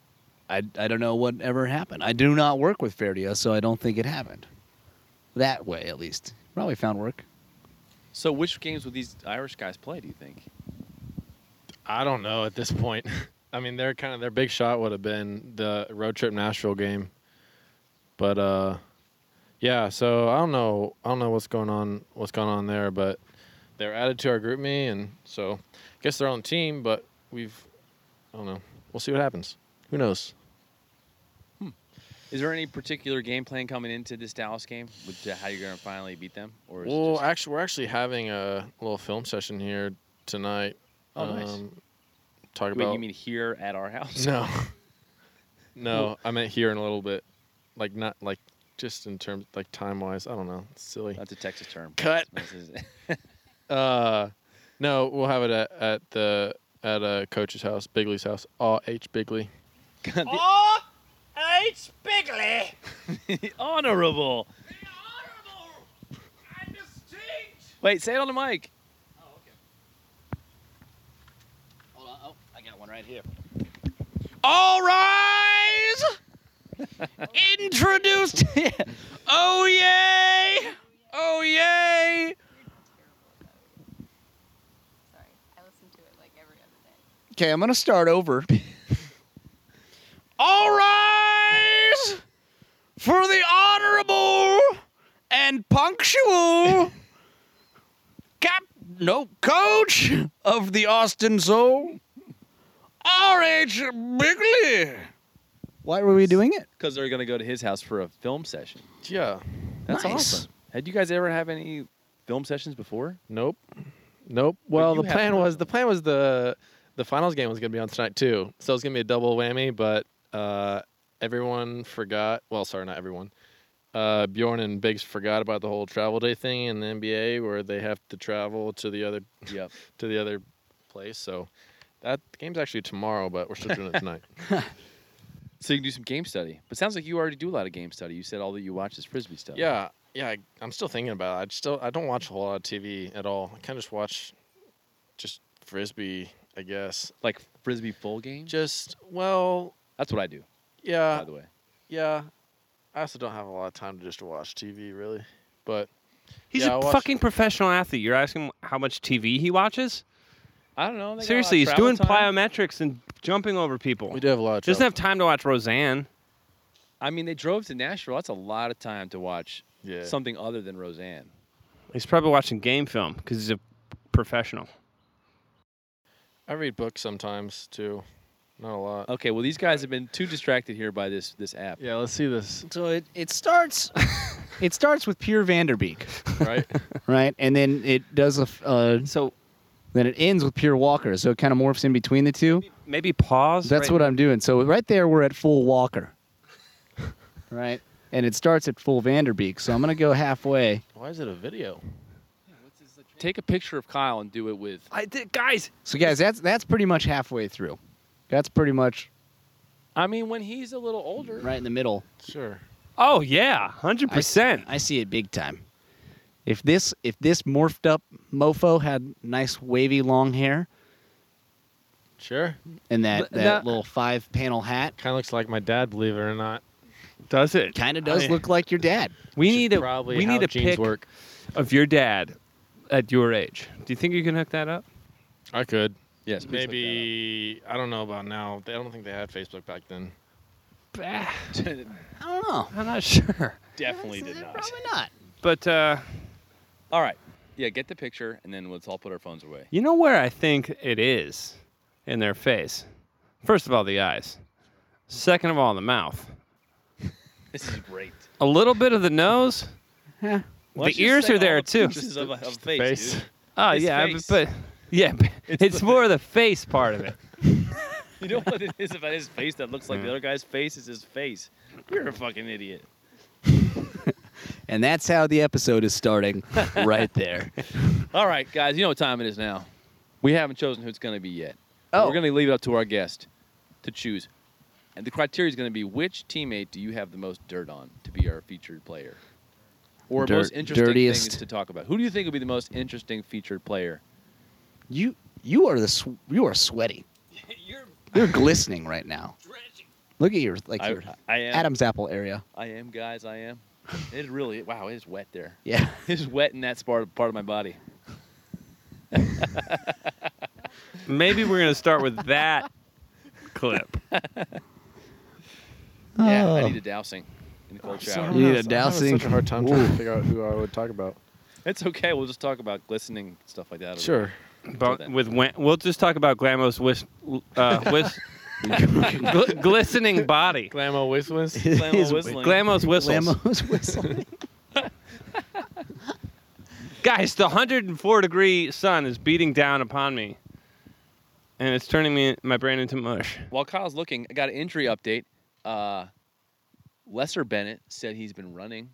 I I don't know what ever happened. I do not work with Faradia, so I don't think it happened. That way, at least, probably found work. So which games would these Irish guys play? Do you think? I don't know at this point. I mean, their kind of their big shot would have been the road trip Nashville game, but uh, yeah. So I don't know. I don't know what's going on. What's going on there? But they were added to our group me, and so I guess they're on the team, but we've, I don't know. We'll see what happens. Who knows? Is there any particular game plan coming into this Dallas game with uh, how you're going to finally beat them? Or is Well, it just, actually, we're actually having a little film session here tonight. Um, Oh, nice. Talk wait, about you mean here at our house? No. no, I meant here in a little bit. Like not like just in terms like time wise. I don't know. It's silly. That's a Texas term. Cut. This is- Uh no, we'll have it at, at the at uh coach's house, Bigley's house. Oh H Bigley. Honorable. Wait, say it on the mic. Hold on. Oh, I got one right here. All rise! Introduced. oh, yay! Oh, yay! Sorry, I listen to it like every other day. Okay, I'm gonna start over. All rise! For the honorable and punctual cap, no, coach of the Austin Soul, R.H. Bigley. Why were we doing it? Because they're going to go to his house for a film session. Yeah. That's Nice. awesome. Had you guys ever have any film sessions before? Nope. Nope. Well, you the have plan to- was the plan was the the finals game was gonna be on tonight too, so it was gonna be a double whammy. But uh, everyone forgot. Well, sorry, not everyone. Uh, Bjorn and Biggs forgot about the whole travel day thing in the NBA, where they have to travel to the other Yep. to the other place. So that the game's actually tomorrow, but we're still doing it tonight. So you can do some game study. But sounds like you already do a lot of game study. You said all that you watch is frisbee stuff. Yeah, yeah. I, I'm still thinking about it. I still I don't watch a whole lot of TV at all. I kind of just watch just frisbee, I guess. Like frisbee full game. Just well, That's what I do. yeah, by the way, yeah. I also don't have a lot of time to just watch TV really, but He's Yeah, I a watched- fucking professional athlete. You're asking how much TV he watches? Oh I don't know. they got a lot of Seriously, he's travel doing time. plyometrics and jumping over people. we do have a lot. Of Doesn't have time to watch Roseanne. I mean, they drove to Nashville. That's a lot of time to watch yeah. something other than Roseanne. He's probably watching game film because he's a professional. I read books sometimes too, not a lot. Okay, well, these guys have been too distracted here by this this app. Yeah, let's see this. So it, it starts it starts with pure Vanderbeek, Right? right? And then it does a f- uh, So then it ends with pure Walker. So it kind of morphs in between the two. Maybe pause. That's what I'm doing. So right there, we're at full Walker, right? And it starts at full Vanderbeek. So I'm gonna go halfway. Why is it a video? Take a picture of Kyle and do it with. I did, guys. So guys, that's that's pretty much halfway through. That's pretty much I mean, when he's a little older. right in the middle. Sure. Oh yeah, hundred I s- percent. I see it big time. If this if this morphed up mofo had nice wavy long hair Sure. and that, But that that- little five panel hat, Kind of looks like my dad, believe it or not. Does it? kind of does I- look like your dad. We Which is need a probably we how need a genes pic work. of your dad at your age. Do you think you can hook that up? I could. Yes, please look Maybe I don't know about now. They- I don't think they had Facebook back then. that up. I don't know. I'm not sure. Definitely did not. Probably not. But uh, All right. Yeah, get the picture, and then let's all put our phones away. you know where I think it is in their face. First of all, the eyes. Second of all, the mouth. This is great. A little bit of the nose. the ears are there too. Pieces of a, of face, face. dude. Oh His yeah, face. but, but yeah, but it's, more the face part of it. You know what it is about his face that looks Mm. like the other guy's face is his face. You're a fucking idiot. And that's how the episode is starting right there. All right, guys, you know what time it is now. We haven't chosen who it's going to be yet. Oh. We're going to leave it up to our guest to choose. And the criteria is going to be which teammate do you have the most dirt on to be our featured player? Or Dirt- most interesting dirtiest. things to talk about. Who do you think will be the most interesting featured player? You you are the sw- you are sweaty. You're glistening right now. Look at your like I, your I am. Adam's apple area. I am, guys. I am. It really, wow, it is wet there. Yeah. It's wet in that spar- part of my body. Maybe we're gonna start with that clip. Yeah, I need a dousing in the cold You shower. need a I'm having dousing. Such a hard time trying to figure out who I would talk about. It's okay. We'll just talk about glistening stuff like that. Sure. Till But then. with wen- we'll just talk about Glamo's whis- uh, whis- gl- glistening body. Glamo Whistles. Glamour whistling. Glamo's whistles. Glamo's whistling. Guys, the 104 degree sun is beating down upon me, and it's turning me my brain into mush. While Kyle's looking, I got an injury update. Uh, Lesser Bennett said he's been running.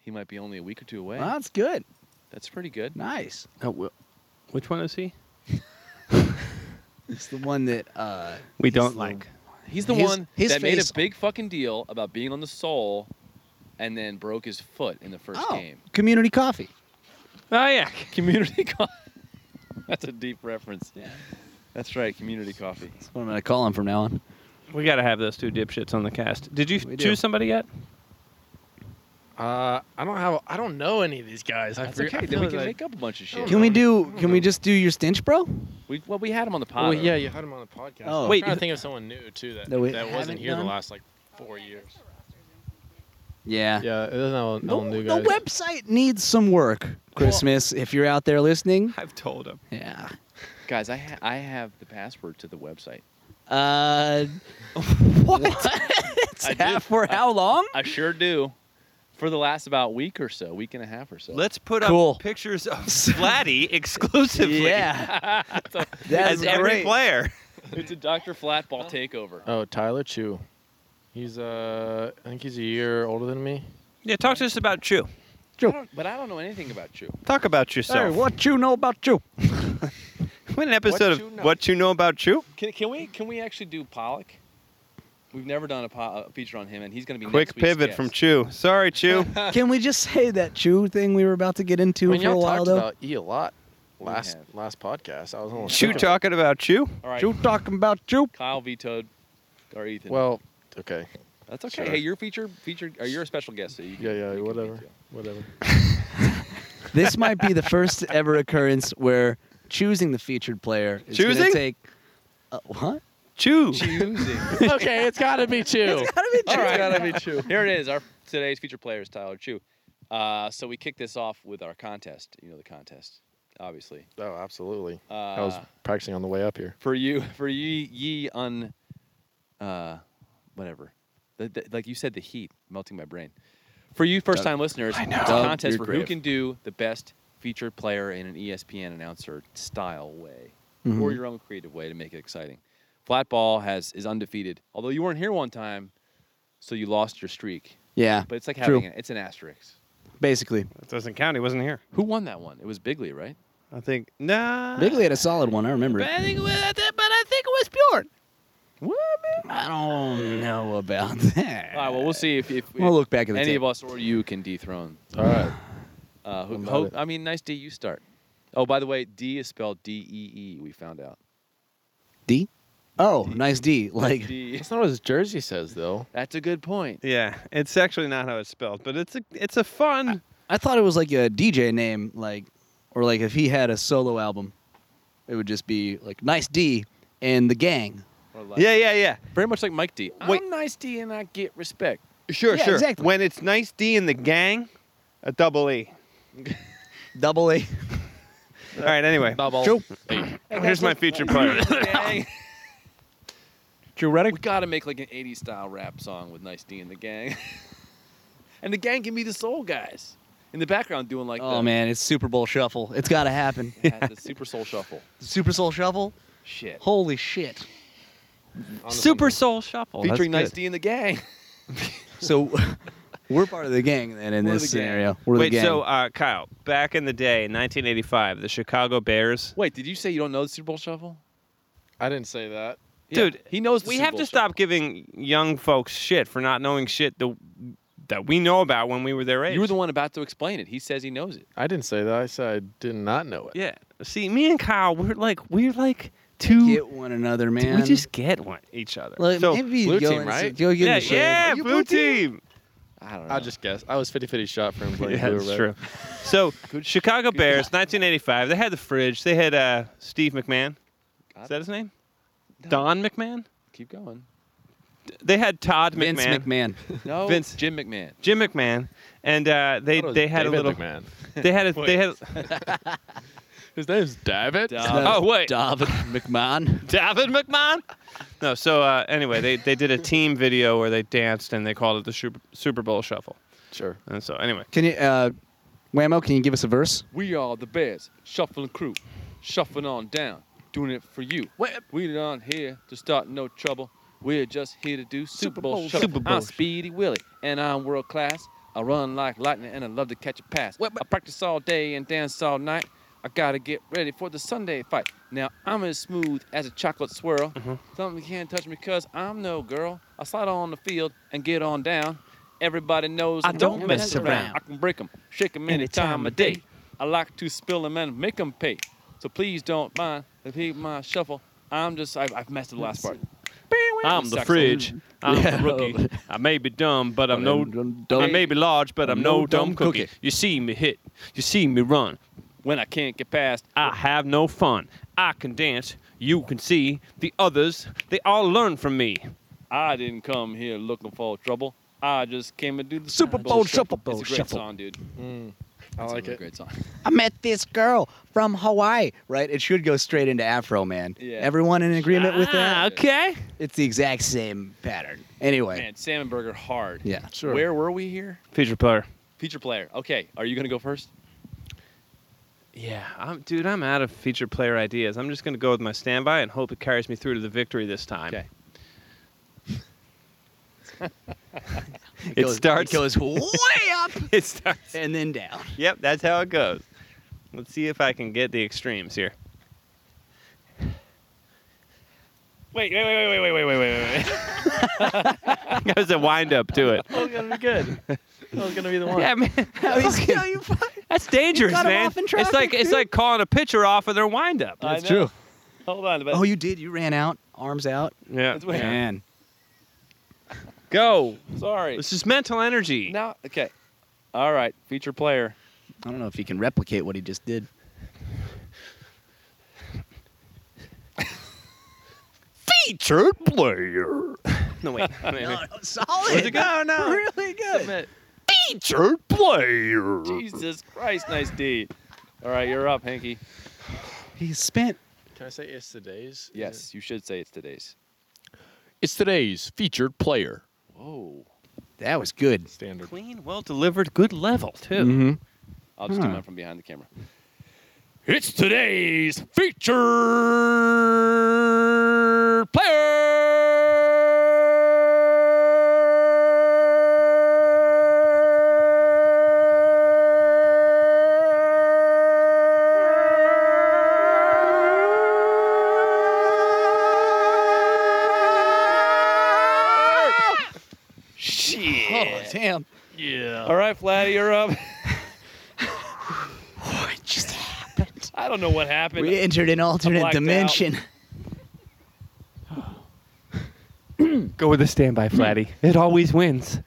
He might be only a week or two away. Well, that's good. That's pretty good. Nice. Which one is he? It's the one that uh, We He's don't the- like. He's the His- one his that made a face- big fucking deal about being on the soul and then broke his foot in the first oh, game. community coffee. Oh yeah. Community coffee. That's a deep reference. Yeah. That's right, community coffee. That's what I'm gonna call him from now on. We gotta have those two dipshits on the cast. Did you We do. choose somebody yet? Uh, I don't have. I don't know any of these guys. I That's forget- I okay. Then we feel can like- make up a bunch of shit. Can we do? Can we just do your stench, bro? We, well, we had him on the pod. Well, already. yeah, you had him on the podcast. Oh. I'm Wait, trying who- to think of someone new too that That we that haven't wasn't here the done? last like four years. Yeah. Yeah, it doesn't all, The, new the guys. website needs some work. Christmas, if you're out there listening. I've told him. Yeah. Guys, I, ha- I have the password to the website. Uh, what? I do. That for how long? I sure do. For the last about week or so, week and a half or so. Let's put Cool. up pictures of Flatty exclusively Yeah. That's as every great. player. it's a Dr. Flatball takeover. Oh, Tyler Chu. He's uh, I think he's a year older than me. Yeah, talk to us about I Chew. don't- but I don't know anything about you. Talk about yourself. what you know about you? We had an episode you of know. What You Know About Chew. Can, can we can we actually do Pollock? We've never done a, po- a feature on him, and he's going to be Quick next week's pivot from guest. Chew. Sorry, Chew. Can we just say that chew thing we were about to get into I mean, for a y'all while talked though? about E a lot We last have. last podcast. I was almost Chew shocked. talking about Chew. All right, Chew talking about chew. Kyle vetoed or Ethan. Well, okay, that's okay. sure. Hey, you're featured featured or you're a special guest, so you can, yeah, yeah, you can whatever, veto. whatever. This might be the first ever occurrence where choosing the featured player is Choosing? gonna take. Uh, what? Chew. Choosing. okay, it's gotta be Chew. All right. Here it is. Our today's feature player is Tyler Chu. Uh, so we kick this off with our contest. You know the contest, obviously. Oh, absolutely. Uh, I was practicing on the way up here. for you, for ye, ye un, uh, whatever. The, the, like you said, the heat melting my brain. For you first-time listeners, I know. it's a Dug contest your for who grave. can do the best featured player in an E ESPN announcer style way, or your own creative way to make it exciting. Flatball has is undefeated, although you weren't here one time, so you lost your streak. Yeah, But it's like True. having an, it's an asterisk. basically. That doesn't count. He wasn't here. Who won that one? It was Bigley, right? I think. Nah. Bigley had a solid one. I remember. But it. I think, it was- I thi- but I think it was Bjorn. I don't know about that. All right. Well, we'll see if, if, We'll if look back at the any tape. of us or you can dethrone. All right. Uh, who, I'm ho- about it. I mean, nice D. You start. Oh, by the way, D is spelled D E E. We found out. D. Oh, nice D. Like D. That's not what his jersey says though. That's a good point. Yeah, it's actually not how it's spelled, but it's a it's a fun. I thought it was like a DJ name, like, or like if he had a solo album, it would just be like Nice D and the Gang. Or like- Yeah, yeah, yeah. Very much like Mike D. Wait. I'm nice D, and I get respect. Sure, Yeah, sure. exactly. When it's nice D in the gang, a double E. Double A. All right. Anyway, True. E. here's my feature player. Gang. Drew we Reddick. gotta make like an '80s style rap song with Nice D and the gang. and the gang can be the Soul Guys in the background doing like Oh the, man, it's Super Bowl Shuffle. It's got to happen. yeah, the Super Soul Shuffle. Super Soul Shuffle. Shit. Holy shit. Super Soul Shuffle. that's Featuring Nice good. D and the gang. So we're part of the gang then in We're this the gang. scenario. We're Wait, the gang. so uh, Kyle, back in the day, 1985, the Chicago Bears. Wait, did you say you don't know the Super Bowl Shuffle? I didn't say that. Yeah, Dude, he knows. The we Super have Bowl to Shuffle. stop giving young folks shit for not knowing shit the, that we know about when we were their age. You were the one about to explain it. He says he knows it. I didn't say that. I said I did not know it. Yeah. See, me and Kyle, we're like we're like two. get one another, man. we just get one each other. Like, so maybe blue go team, and- right? Go give yeah, it a shot. yeah, Are you blue team. I don't know. I just guessed. I was 50-50 shot from blue yeah, or that's red. true. So, Chicago Bears, 1985. They had the fridge. They had uh, Steve McMahon. Got Is it. that his name? No. Don McMahon. keep going. they had Todd McMahon, Vince McMahon. No, Vince. Jim McMahon. Jim McMahon, and uh, they That was they had David a little McMahon. they had a they had His name's David. Oh, wait. David McMahon. David McMahon. No, so uh, anyway, they they did a team video where they danced and they called it the Super, Super Bowl Shuffle. Sure. And so anyway, Can you, uh, Whammo? Can you give us a verse? We are the Bears, shuffling crew, shuffling on down, doing it for you. We're not here to start no trouble. We're just here to do Super Bowl, shuffle. Super Bowl I'm shuffle. Speedy Willie, and I'm world class. I run like lightning, and I love to catch a pass. I practice all day and dance all night. I gotta get ready for the Sunday fight. Now I'm as smooth as a chocolate swirl. Something can't touch me because I'm no girl. I slide on the field and get on down. Everybody knows I don't mess around. I can break 'em, shake 'em any time of day. I like to spill 'em and make 'em pay. So please don't mind if he my shuffle. I'm just, I've, I've messed up the last part. I'm the Sucks. fridge. I'm the rookie. I may be dumb, but I'm no. I may be large, but I'm no dumb cookie. You see me hit. You see me run. When I can't get past, I have no fun. I can dance. You can see. The others, they all learn from me. I didn't come here looking for trouble. I just came to do the Super Bowl Shuffle Bowl It's a great Shuffle. song, dude. Mm. I It's a like really it. great song. I met this girl from Hawaii. Right? It should go straight into Afro Man. Yeah. Everyone in agreement with Ah, that? okay. It's the exact same pattern. Anyway. Man, Salmon Burger hard. Yeah. Sure. Where were we here? Feature player. Feature player. Okay, are you gonna go first? Yeah, I'm, dude, I'm out of feature player ideas. I'm just gonna go with my standby and hope it carries me through to the victory this time. Okay. It starts- It goes way up It starts. and then down. Yep, that's how it goes. Let's see if I can get the extremes here. Wait, wait, wait, wait, wait, wait, wait, wait, wait. There's a wind up to it. That Oh, was gonna be good. That was gonna be the one. Yeah, man. That's dangerous, cut 'em man. off in it's traffic, like it's dude. like calling a pitcher off of their wind up. I know. That's true. Hold on, but Oh, you did. You ran out, arms out. Yeah. That's what- Man. Go. Oh, sorry. This is mental energy. Now, okay. All right, feature player. I don't know if he can replicate what he just did. No, wait. wait, wait. solid. it good? No, no. Really good. Jesus Christ, nice D. All right, you're up, Hanky. He spent. Can I say it's today's? Yes, you should say it's today's. It's today's featured player. Whoa. That was good. Standard. Clean, well delivered, good level too. Mm-hmm. I'll just do Huh. mine from behind the camera. It's today's feature Oh, damn. All right, Flatty, you're up. What just happened? I don't know what happened. We entered an alternate blacked dimension. Go with the standby, Flatty. it always wins.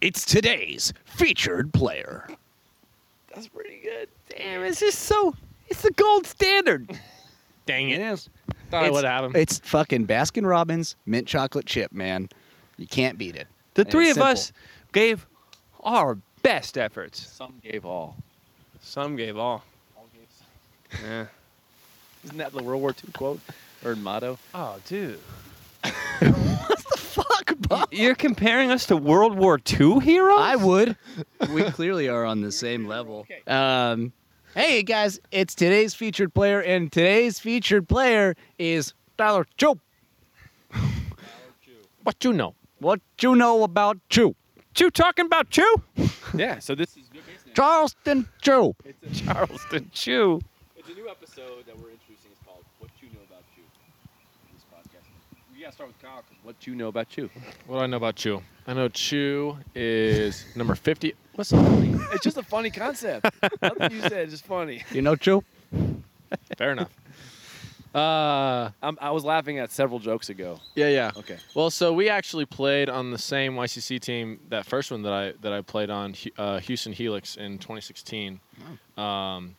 It's today's featured player. That's pretty good. Damn, it's just so. It's the gold standard. Dang it. Thought I would have him. It's fucking Baskin Robbins mint chocolate chip, man. You can't beat it. The And three of it's us gave our best efforts. Some gave all. Some gave all. All gave some. Yeah. Isn't that the World War II quote or motto? Oh, dude. Fuck, Bob. You're comparing us to World War II heroes? I would. We clearly are on the same level. Um, hey guys, it's today's featured player, and today's featured player is Tyler Chu. what you know? What you know about Chu? You talking about Chew? yeah, so this is your business. Charleston Chu. It's a, Charleston Chew. it's a new episode that we're introducing. It's called What You Know About You. in This podcast. We gotta start with Kyle 'cause what you know about you. What do I know about Chew? I know Chew is number 50. What's so funny? it's just a funny concept. Nothing you said is just funny. You know Chu? Fair enough. Uh, I'm, I was laughing at several jokes ago. yeah, yeah. Okay. Well, so we actually played on the same YCC team that first one that I that I played on Hu- uh, Houston Helix in 2016. Um,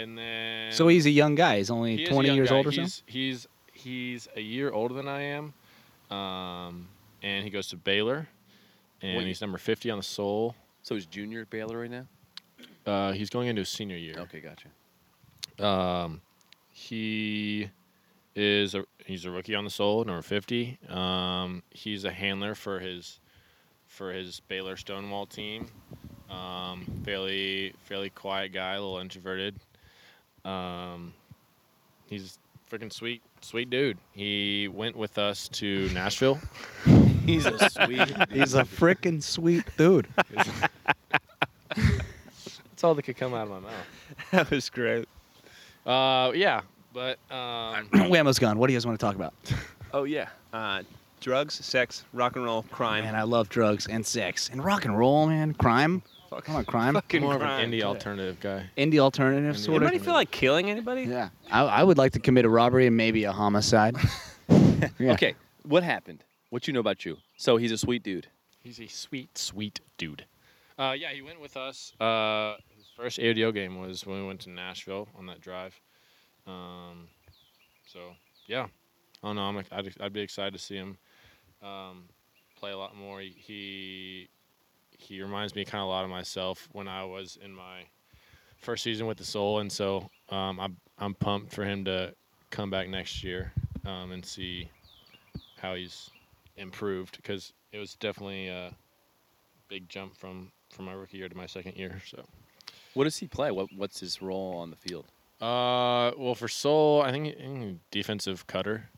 and then So he's a young guy. He's he only is a 20 young years guy. old or so. he's, He's he's a year older than I am. Um, and he goes to Baylor, and What he's number 50 on the soul. So he's junior at Baylor right now. Uh, he's going into his senior year. Okay, gotcha. Um, he is a he's a rookie on the soul, number fifty. Um, he's a handler for his for his Baylor Stonewall team. Um, fairly fairly quiet guy, a little introverted. Um, he's freaking sweet sweet dude. He went with us to Nashville. He's a sweet. He's a frickin' sweet dude. That's all that could come out of my mouth. that was great. Uh, yeah, but um, Whammo's gone. What do you guys want to talk about? Oh yeah. Uh, drugs, sex, rock and roll, crime. Man, I love drugs and sex and rock and roll, man. Crime. Fuck- Come on, crime. fucking more of crime. an indie alternative guy. Indie alternative, Indie sort of. alternative. Anybody feel like killing anybody? Yeah. I, I would like to commit a robbery and maybe a homicide. Yeah. Okay, what happened? What you know about you? So he's a sweet dude. He's a sweet, sweet dude. Uh, yeah, he went with us. Uh, his first ADO game was when we went to Nashville on that drive. Um, so yeah, I don't know. I'm, I'd, I'd be excited to see him um, play a lot more. He he, he reminds me kind of a lot of myself when I was in my first season with the Soul, and so um, I'm I'm pumped for him to come back next year um, and see how he's improved because it was definitely uh, a big jump from from my rookie year to my second year. So, What does he play? What What's his role on the field? uh, well, for Soul, I think, I think he's a defensive cutter,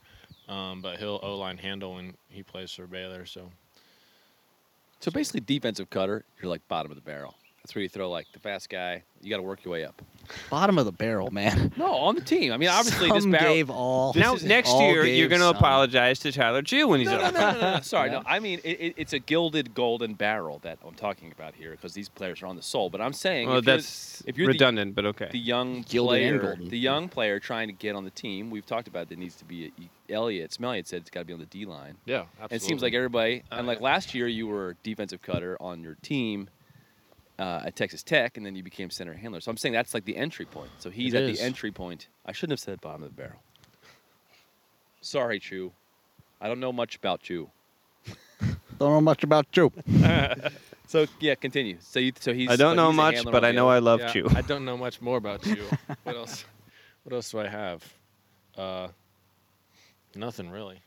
um, but he'll O line handle and he plays for Baylor. So, So basically, defensive cutter. You're like bottom of the barrel. That's where you throw like the fast guy. You got to work your way up. Bottom of the barrel, man. No, on the team. I mean, obviously this Some barrel. gave all. Now This is next all year you're gave going to some. apologize to Tyler Jew when he's no, on. no, no, no, no, no. Sorry, Yeah. no. I mean, it, it, it's a gilded golden barrel that I'm talking about here because these players are on the soul. But I'm saying, Well, if you're- that's if you're the- redundant, but okay. the young Gilded and player, golden. the young player trying to get on the team. We've talked about that needs to be Elliot. Smelliot said it's got to be on the D line. yeah, absolutely. Uh, And it seems like everybody, and like last year, you were defensive cutter on your team uh, at Texas Tech, and then you became center handler. So I'm saying that's like the entry point. So he's It at is. the entry point. I shouldn't have said bottom of the barrel. Sorry, Chu. I don't know much about Chu. Don't know much about you. So yeah, continue. So you, so he's. I don't so know he's a much, handler but on I the know I other- love Yeah, you. I don't know much more about you. what else? What else do I have? Uh, nothing really.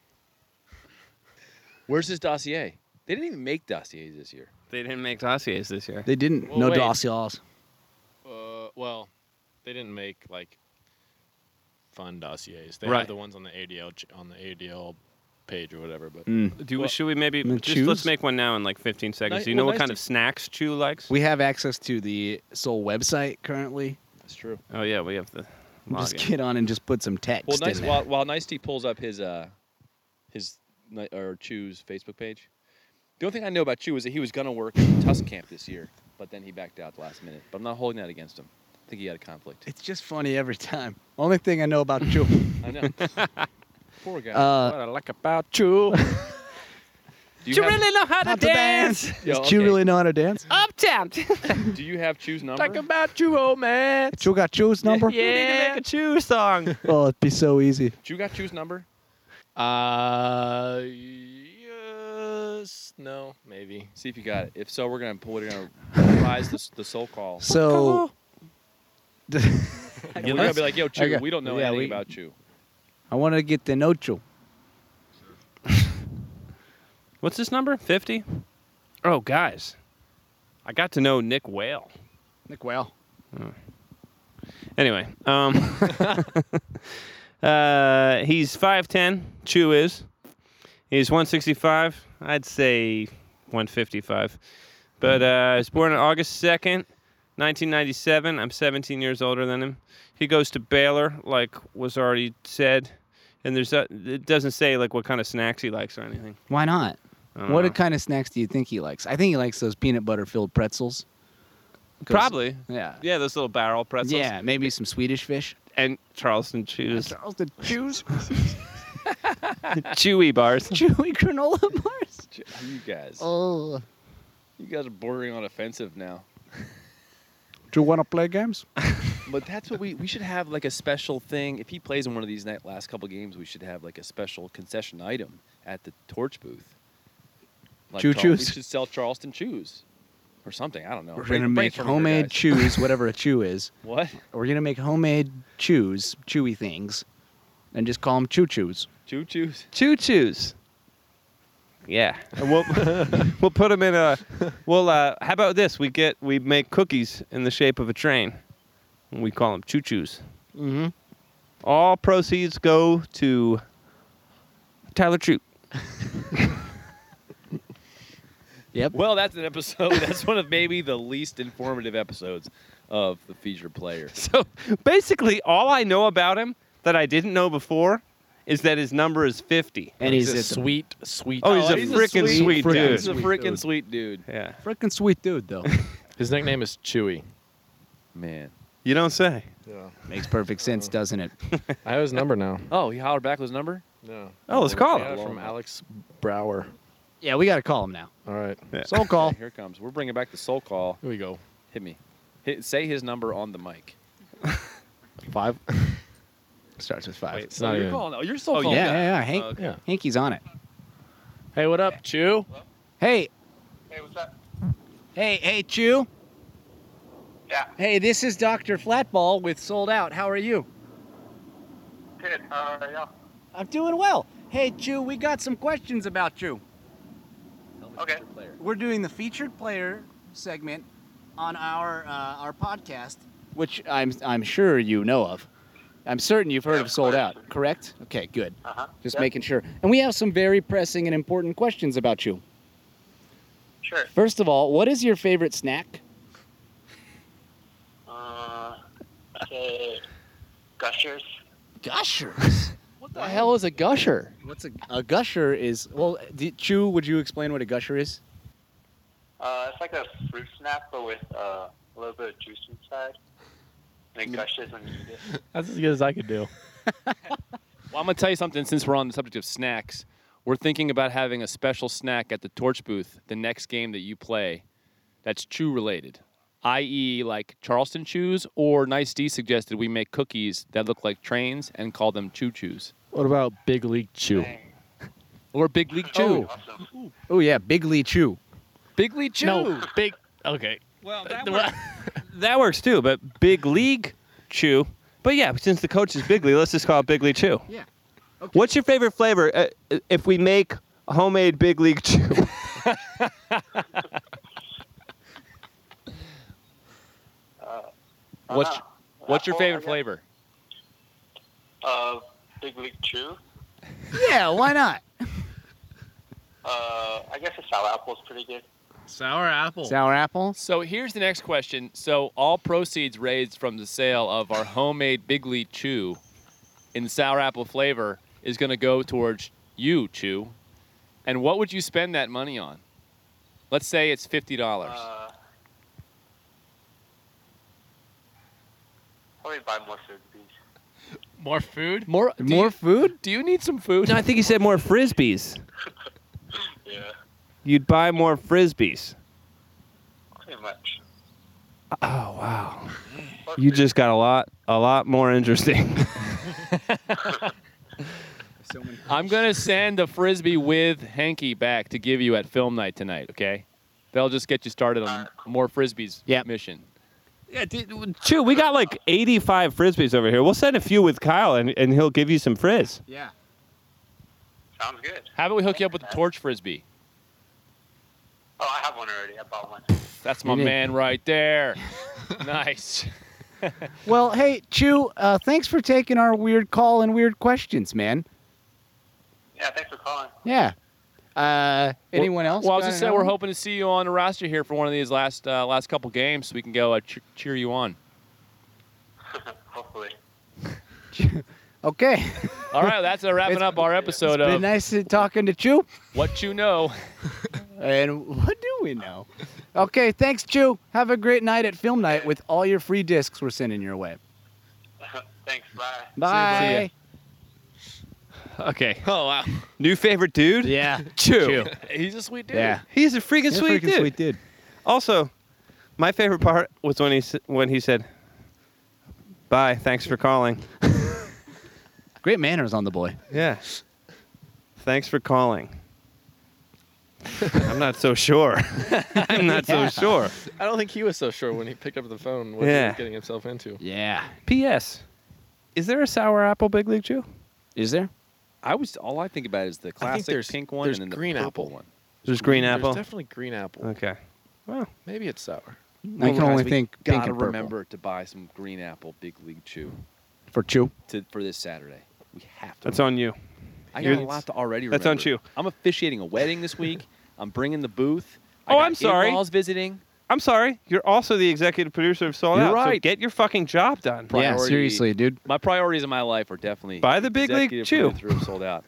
Where's his dossier? They didn't even make dossiers this year. They didn't make dossiers this year. They didn't. Well, no wait. dossiers. Uh, well, they didn't make like fun dossiers. They Right. have the ones on the ADL ch- on the ADL page or whatever. But Mm. Do we, should we maybe Mm, just let's choose? make one now in like 15 seconds? Ni- Do you well, know what nice kind to- of snacks Chew likes? We have access to the Soul website currently. That's true. oh yeah, we have the. Just login. get on and just put some text Well, in nice. there. While, while Nice T pulls up his uh, his Ni- or Chew's Facebook page, the only thing I know about Chew is that he was gonna work at Tusk Camp this year, but then he backed out the last minute. But I'm not holding that against him. I think he had a conflict. It's just funny every time. Only thing I know about you. I know. Poor guy. Uh, I like about you. do you, have, know how Not the dance. Yo, Does Chew okay. really know how to dance? Up tapped. do you have Chew's number? about you, old man. Chew got Chew's number? need to make a Chew song. Oh, it'd be so easy. Chew got Chew's number. uh, yes, no, maybe. See if you got it. If so, we're gonna pull it. We're gonna rise the, the soul call. So, And we're gonna be like, yo, Chew, got- we don't know yeah, anything we- about Chew. I want to get the no Chew. What's this number? 50? Oh, guys. I got to know Nick Whale. Nick Whale. Anyway, um, uh, he's 5'10, Chew is. He's 165, I'd say 155. But uh, I was born on August 2nd, 1997. I'm 17 years older than him. He goes to Baylor, like was already said. And there's uh, it doesn't say like what kind of snacks he likes or anything. Why not? I don't What know. kind of snacks do you think he likes? I think he likes those peanut butter filled pretzels. 'Cause- Probably. Yeah. Yeah, those little barrel pretzels. Yeah, maybe some Swedish fish. And Charleston chews. Charleston Chews. Chewy bars. Chewy granola bars. Chew- You guys, Oh. you guys are bordering on offensive now. Do you want to play games? But that's what we we should have like a special thing. If he plays in one of these night, last couple games, we should have like a special concession item at the torch booth Like Choo Char- We choos. should sell Charleston chews or something. I don't know. We're Brain- gonna make brainstorm here, homemade guys. chews, whatever a chew is. What? We're gonna make homemade chews, chewy things, and just call them choo chews. Choo chews? Choo choos. Yeah. And we'll we'll put them in a. We'll uh, how about this? We get we make cookies in the shape of a train. And we call them choo choos. Mm-hmm. All proceeds go to Tyler Troop. Yep. Well, that's an episode. That's one of maybe the least informative episodes of the featured player. So basically, all I know about him that I didn't know before is that his number is fifty. And he's a sweet, sweet, sweet. Oh, he's a he's a freaking sweet- sweet, frickin' dude. He's a Sweet freaking dude. sweet dude. Yeah. freaking sweet dude though. His nickname is Chewy. Man. You don't say. Yeah. Makes perfect sense, doesn't it? I have his number now. Oh, he hollered back with his number? Yeah. Oh, let's call Yeah, him. from Alex Brower. Yeah, we gotta call him now. All right, Soul call. Okay, here it comes. We're bringing back the soul call. here we go. Hit me. Hit, say his number on the mic. Five. Starts with five. It's not you're even. calling. Oh, you're still Oh, calling. yeah, yeah, yeah. Hank, Okay. Yeah. Hanky's on it. Hey, what up, Chew? Hey, Hey, what's up? hey, hey, Chew. Yeah. Hey, this is Doctor Flatball with Sold Out. How are you? Good. How are y'all? I'm doing well. Hey, Jew, we got some questions about you. Okay. We're doing the featured player segment on our uh, our podcast. Which I'm I'm sure you know of. I'm certain you've heard Yeah, of Sold correct. Out, correct? Okay, good. Uh huh. Just making sure. And we have some very pressing and important questions about you. Sure. First of all, what is your favorite snack? Uh, okay. Gushers. Gushers. What the hell is a gusher? What's a, a gusher is well, d Chew, would you explain what a gusher is? Uh, it's like a fruit snap, but with uh, a little bit of juice inside. And Mm. it gushes when you eat it. That's as good as I could do. Well, I'm going to tell you something since we're on the subject of snacks. We're thinking about having a special snack at the torch booth the next game that you play that's chew related, i.e., like Charleston chews, or Nice D suggested we make cookies that look like trains and call them choo chews. What about Big League Chew? Or Big League Chew. Awesome. Oh yeah, Big Lee Chew. Oh, Big League Chew. No, Big. Okay. Well, that works. that works too, but Big League Chew. But yeah, since the coach is Bigly, let's just call it Bigly Chew. Yeah. What's your favorite flavor uh, if we make homemade Big League Chew? What's, Uh-huh. what's your Apple, I favorite guess. flavor? Uh, Big League Chew. Yeah, why not? Uh, I guess the sour apple's pretty good. Sour apple. Sour apple. So here's the next question. So all proceeds raised from the sale of our homemade Bigley Chew in sour apple flavor is going to go towards you, Chew. And what would you spend that money on? Let's say it's fifty dollars. Uh, probably buy more food, please. More food. more More food? Do you need some food? no, I think he said more frisbees. Yeah, You'd buy more frisbees. pretty much. Oh wow! Or You food. just got a lot, a lot more interesting. I'm gonna send the frisbee with hanky back to give you at film night tonight. Okay? They'll just get you started on more frisbees Yep. mission. yeah, dude, Chew, we got like 85 frisbees over here. We'll send a few with Kyle, and, and he'll give you some frizz. Yeah. sounds good. How about we hook you up with a torch frisbee? Oh, I have one already. I bought one. That's my You did. man right there. nice. Well, hey, Chew, uh, thanks for taking our weird call and weird questions, man. Yeah, thanks for calling. Yeah. Uh, anyone else? Well, I got was just an saying we're album? hoping to see you on the roster here for one of these last uh, last couple games, so we can go uh, ch- cheer you on. Hopefully. Okay. All right, that's uh, wrapping It's- up our episode Been of nice to- talking to Chew. What You Know. And what do we know? Okay, thanks, Chew. Have a great night at film night with all your free discs we're sending your way. thanks. Bye. Bye. Okay. Oh wow, New favorite dude? Yeah. Chew. he's a sweet dude. Yeah. He's a freaking, Yeah, sweet, freaking dude. sweet dude. Also, my favorite part was when he s- when he said, "Bye, thanks for calling." Great manners on the boy. Yeah. Thanks for calling. I'm not so sure. I'm not Yeah. so sure. I don't think he was so sure when he picked up the phone what he Yeah. was getting himself into. Yeah. P.S. Is there a sour apple Big League Chew? Is there? I was all I think about is the classic there's- pink one there's and then the green purple apple. one. There's green There's apple. Uh, definitely green apple. Okay. Well, Maybe it's sour. I can Guys, only we think pink Gotta and purple. remember to buy some green apple Big League Chew for chew. to, for this Saturday. We have to. that's on you. I you're- got a lot to already. that's on remember. Chew. I'm officiating a wedding this week. I'm bringing the booth. I Oh, got I'm sorry. in-laws visiting. I'm sorry. You're also the executive producer of Sold You're Out. So right. get your fucking job done. Yeah, Priority. seriously, dude. My priorities in my life are definitely Buy the Big League executive Chew. producer of sold out.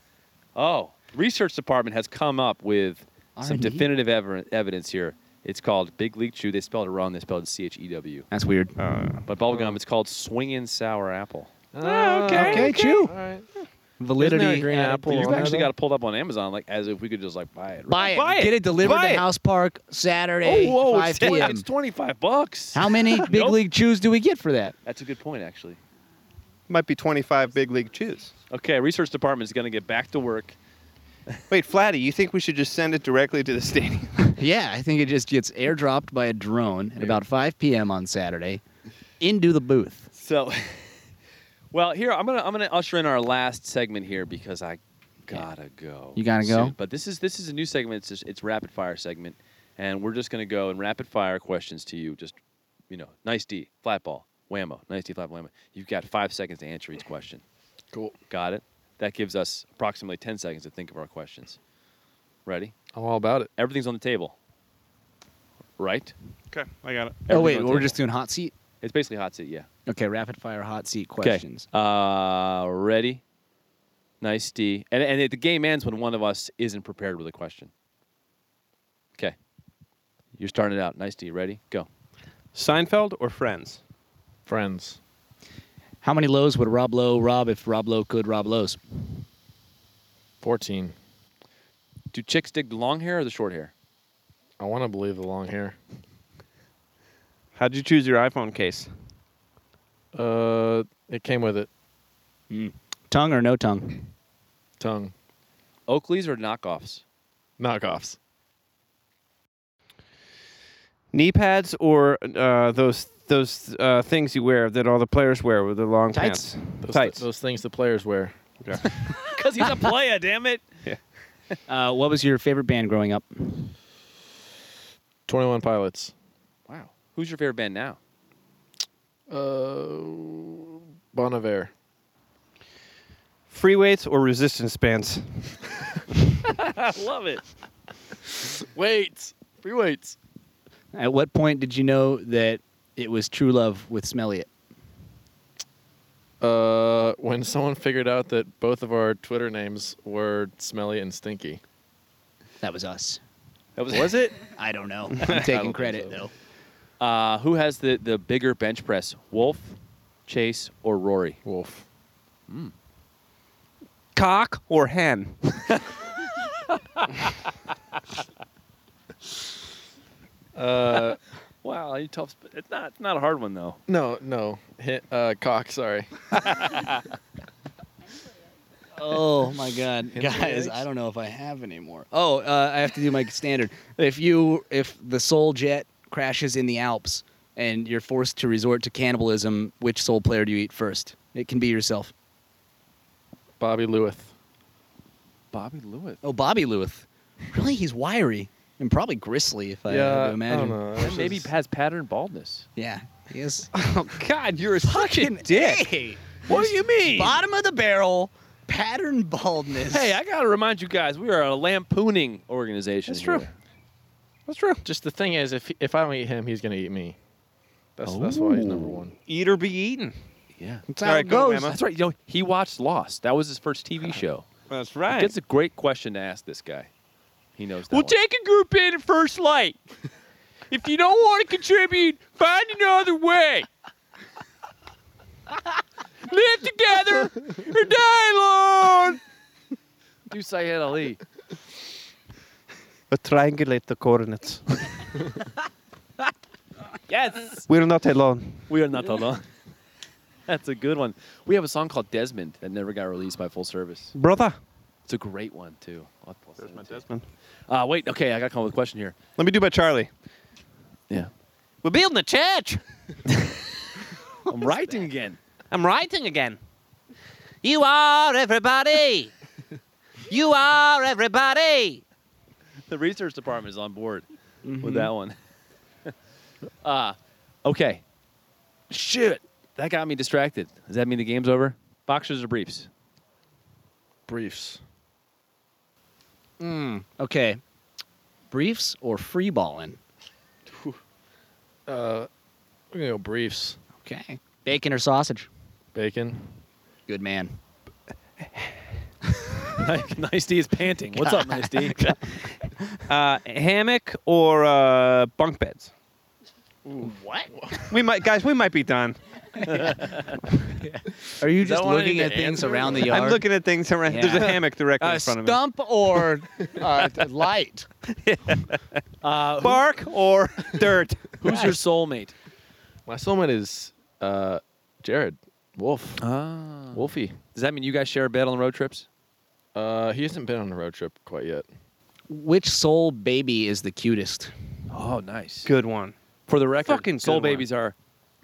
Oh, research department has come up with some R&D? definitive ev- evidence here. It's called Big League Chew. They spelled it wrong. They spelled it C H E W. That's weird. But Oh. bubblegum, it's called Swingin' Sour Apple. Ah, Oh, okay, okay, All chew. right. Validity. Uh, Isn't there a green added to apple on it. You've Well, actually no. got it pulled up on Amazon, like as if we could just like buy it. Buy it. Buy it. Get it delivered Buy to it. house park Saturday, oh, whoa, 5 it's, twen- p.m. it's twenty-five bucks. How many big Nope. league chews do we get for that? That's a good point, actually. Might be 25 Big League Chews. Okay, research department's going to get back to work. Wait, Flatty, you think we should just send it directly to the stadium? Yeah, I think it just gets airdropped by a drone at about 5 p.m. on Saturday into the booth. So, well, here I'm gonna I'm gonna usher in our last segment here because I gotta go. You gotta soon. go? But this is this is a new segment. It's just, it's rapid fire segment, and we're just gonna go and rapid fire questions to you. Just you know, nice D, flat ball, whammo, nice D, flat ball, whammo. You've got five seconds to answer each question. Cool. Got it? That gives us approximately ten seconds to think of our questions. Ready? I'm all about it. Everything's on the table. Right? okay, I got it. Oh, Everything's wait, on the we're table. just doing hot seat? It's basically hot seat, yeah. Okay, rapid fire hot seat Okay. questions. Uh, ready? Nice D. And, and it, the game ends when one of us isn't prepared with a question. Okay. You're starting it out. Nice D. Ready? Go. Seinfeld or Friends? Friends. How many lows would Rob Lowe rob if Rob Lowe could rob lows? 14. Do chicks dig the long hair or the short hair? I want to believe the long hair. How'd you choose your iPhone case? Uh, it came with it. Tongue or no tongue? Tongue. Oakleys or knockoffs? Knockoffs. Knee pads or uh, those those uh, things you wear that all the players wear with the long Tights? pants? Those, Tights. those things the players wear. Okay. Because he's a player, damn it. Uh, what was your favorite band growing up? 21 Pilots. Wow. Who's your favorite band now? Uh, Bon Iver. Free weights or resistance bands? I love it. Weights. Free weights. At what point did you know that it was true love with Smelliot? Uh, when someone figured out that both of our Twitter names were Smelly and Stinky. That was us. That was, was it? I don't know. I'm taking credit, though. Uh, who has the, the bigger bench press? Wolf, Chase, or Rory? Wolf. Cock or hen? Uh, Wow, you tough. sp- It's not, not a hard one, though. no, no. Hit, uh, cock, sorry. Oh my God, guys! I don't know if I have any more. Oh, uh, I have to do my standard. If you, if the Soul Jet crashes in the Alps and you're forced to resort to cannibalism, which Soul player do you eat first? It can be yourself. Bobby Lewis. Bobby Lewis. Oh, Bobby Luth. Really, he's wiry and probably gristly. If I had to imagine. I don't know. It's And maybe just- has pattern baldness. Yeah, he is. Oh God, you're such a Fucking dick. hey, What do you mean? bottom of the barrel, pattern baldness. Hey, I gotta remind you guys, we are a lampooning organization. That's true. here. That's true. Just the thing is, if if I don't eat him, he's gonna eat me. That's that's why he's number one. Eat or be eaten. Yeah, That's how All it right, go, goes. Emma. that's right. You know, he watched Lost. That was his first TV show. That's right. That's a great question to ask this guy. He knows that. We'll one. take a group in at first light. If you don't want to contribute, find another way. Live together or die alone. do Sayed Ali. But triangulate the coordinates. Yes, We're not alone. we are not alone. That's a good one. We have a song called Desmond that never got released by Full Service. Brother, It's a great one too. I'll have to send There's it my to you. Desmond. Uh, wait, okay, I got to come up with a question here. Let me do by Charlie. Yeah, We're building a church. I'm writing again. I'm writing again. You are everybody. you are everybody. The research department is on board with that one. uh, okay. Shit, that got me distracted. Does that mean the game's over? Boxers or briefs? Briefs. Mm, okay. Briefs or free balling? Uh, we're gonna go briefs. Okay. Bacon or sausage? Bacon. Good man. nice D is panting. What's up, Nice D? Uh, hammock or uh, bunk beds? What? We might, guys. We might be done. Are you that just one looking in at the things answer? around the yard? I'm looking at things around. There's Yeah. a hammock directly uh, in front of me. stump or uh, light? Uh, Bark or dirt? who's your soulmate? My soulmate is uh, Jared Wolf. Ah. Wolfie. Does that mean you guys share a bed on road trips? Uh, he hasn't been on a road trip quite yet. Which soul baby is the cutest? Oh, nice. Good one. For the record, Fucking good soul one. babies are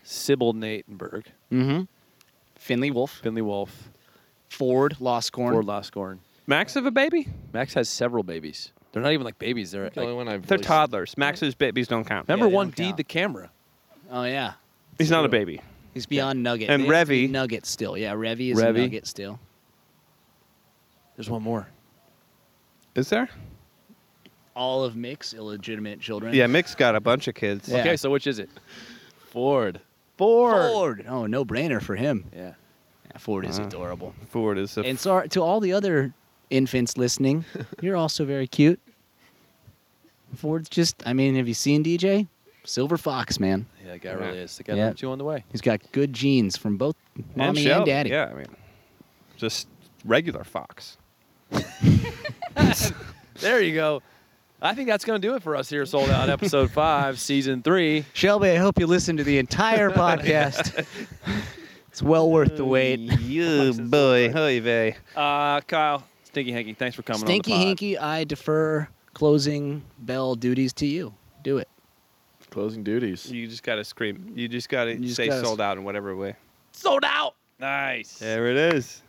Sybil Natenberg, Mm-hmm. Finley Wolf. Finley Wolf, Ford Lost Corn. Ford Loscorn. Max of a baby? Max has several babies. They're not even like babies. They're The only like, one I've They're really- toddlers. Max's babies don't count. remember they one don't D count. the camera. Oh yeah. He's not a baby. He's beyond Nugget. And They have to be Revy. Nugget still. Yeah, Revy is Revy. a Nugget still. There's one more. Is there? All of Mick's illegitimate children. Yeah, Mick's got a bunch of kids. Yeah. Okay, so which is it? Ford. Four. Ford. Oh, no brainer for him. Yeah. Yeah, Ford is Uh-huh. adorable. Ford is a. And so to all the other infants listening, you're also very cute. Ford's just, I mean, have you seen DJ? Silver Fox, man. Yeah, that guy Yeah. really is. The guy Yeah. that you on the way. He's got good genes from both mommy and, Sheldon. daddy. Yeah, I mean, just regular fox. There you go. I think that's going to do it for us here, Sold Out, episode five, season three. Shelby, I hope you listened to the entire podcast. it's well worth the wait. you boy, hey, vey. Uh, Kyle, Stinky Hanky, thanks for coming Stinky on the pod. Hinky, I defer closing bell duties to you. Do it. Closing duties. You just gotta scream. You just gotta You just say gotta sold out in whatever way. Sold out. Nice. There it is.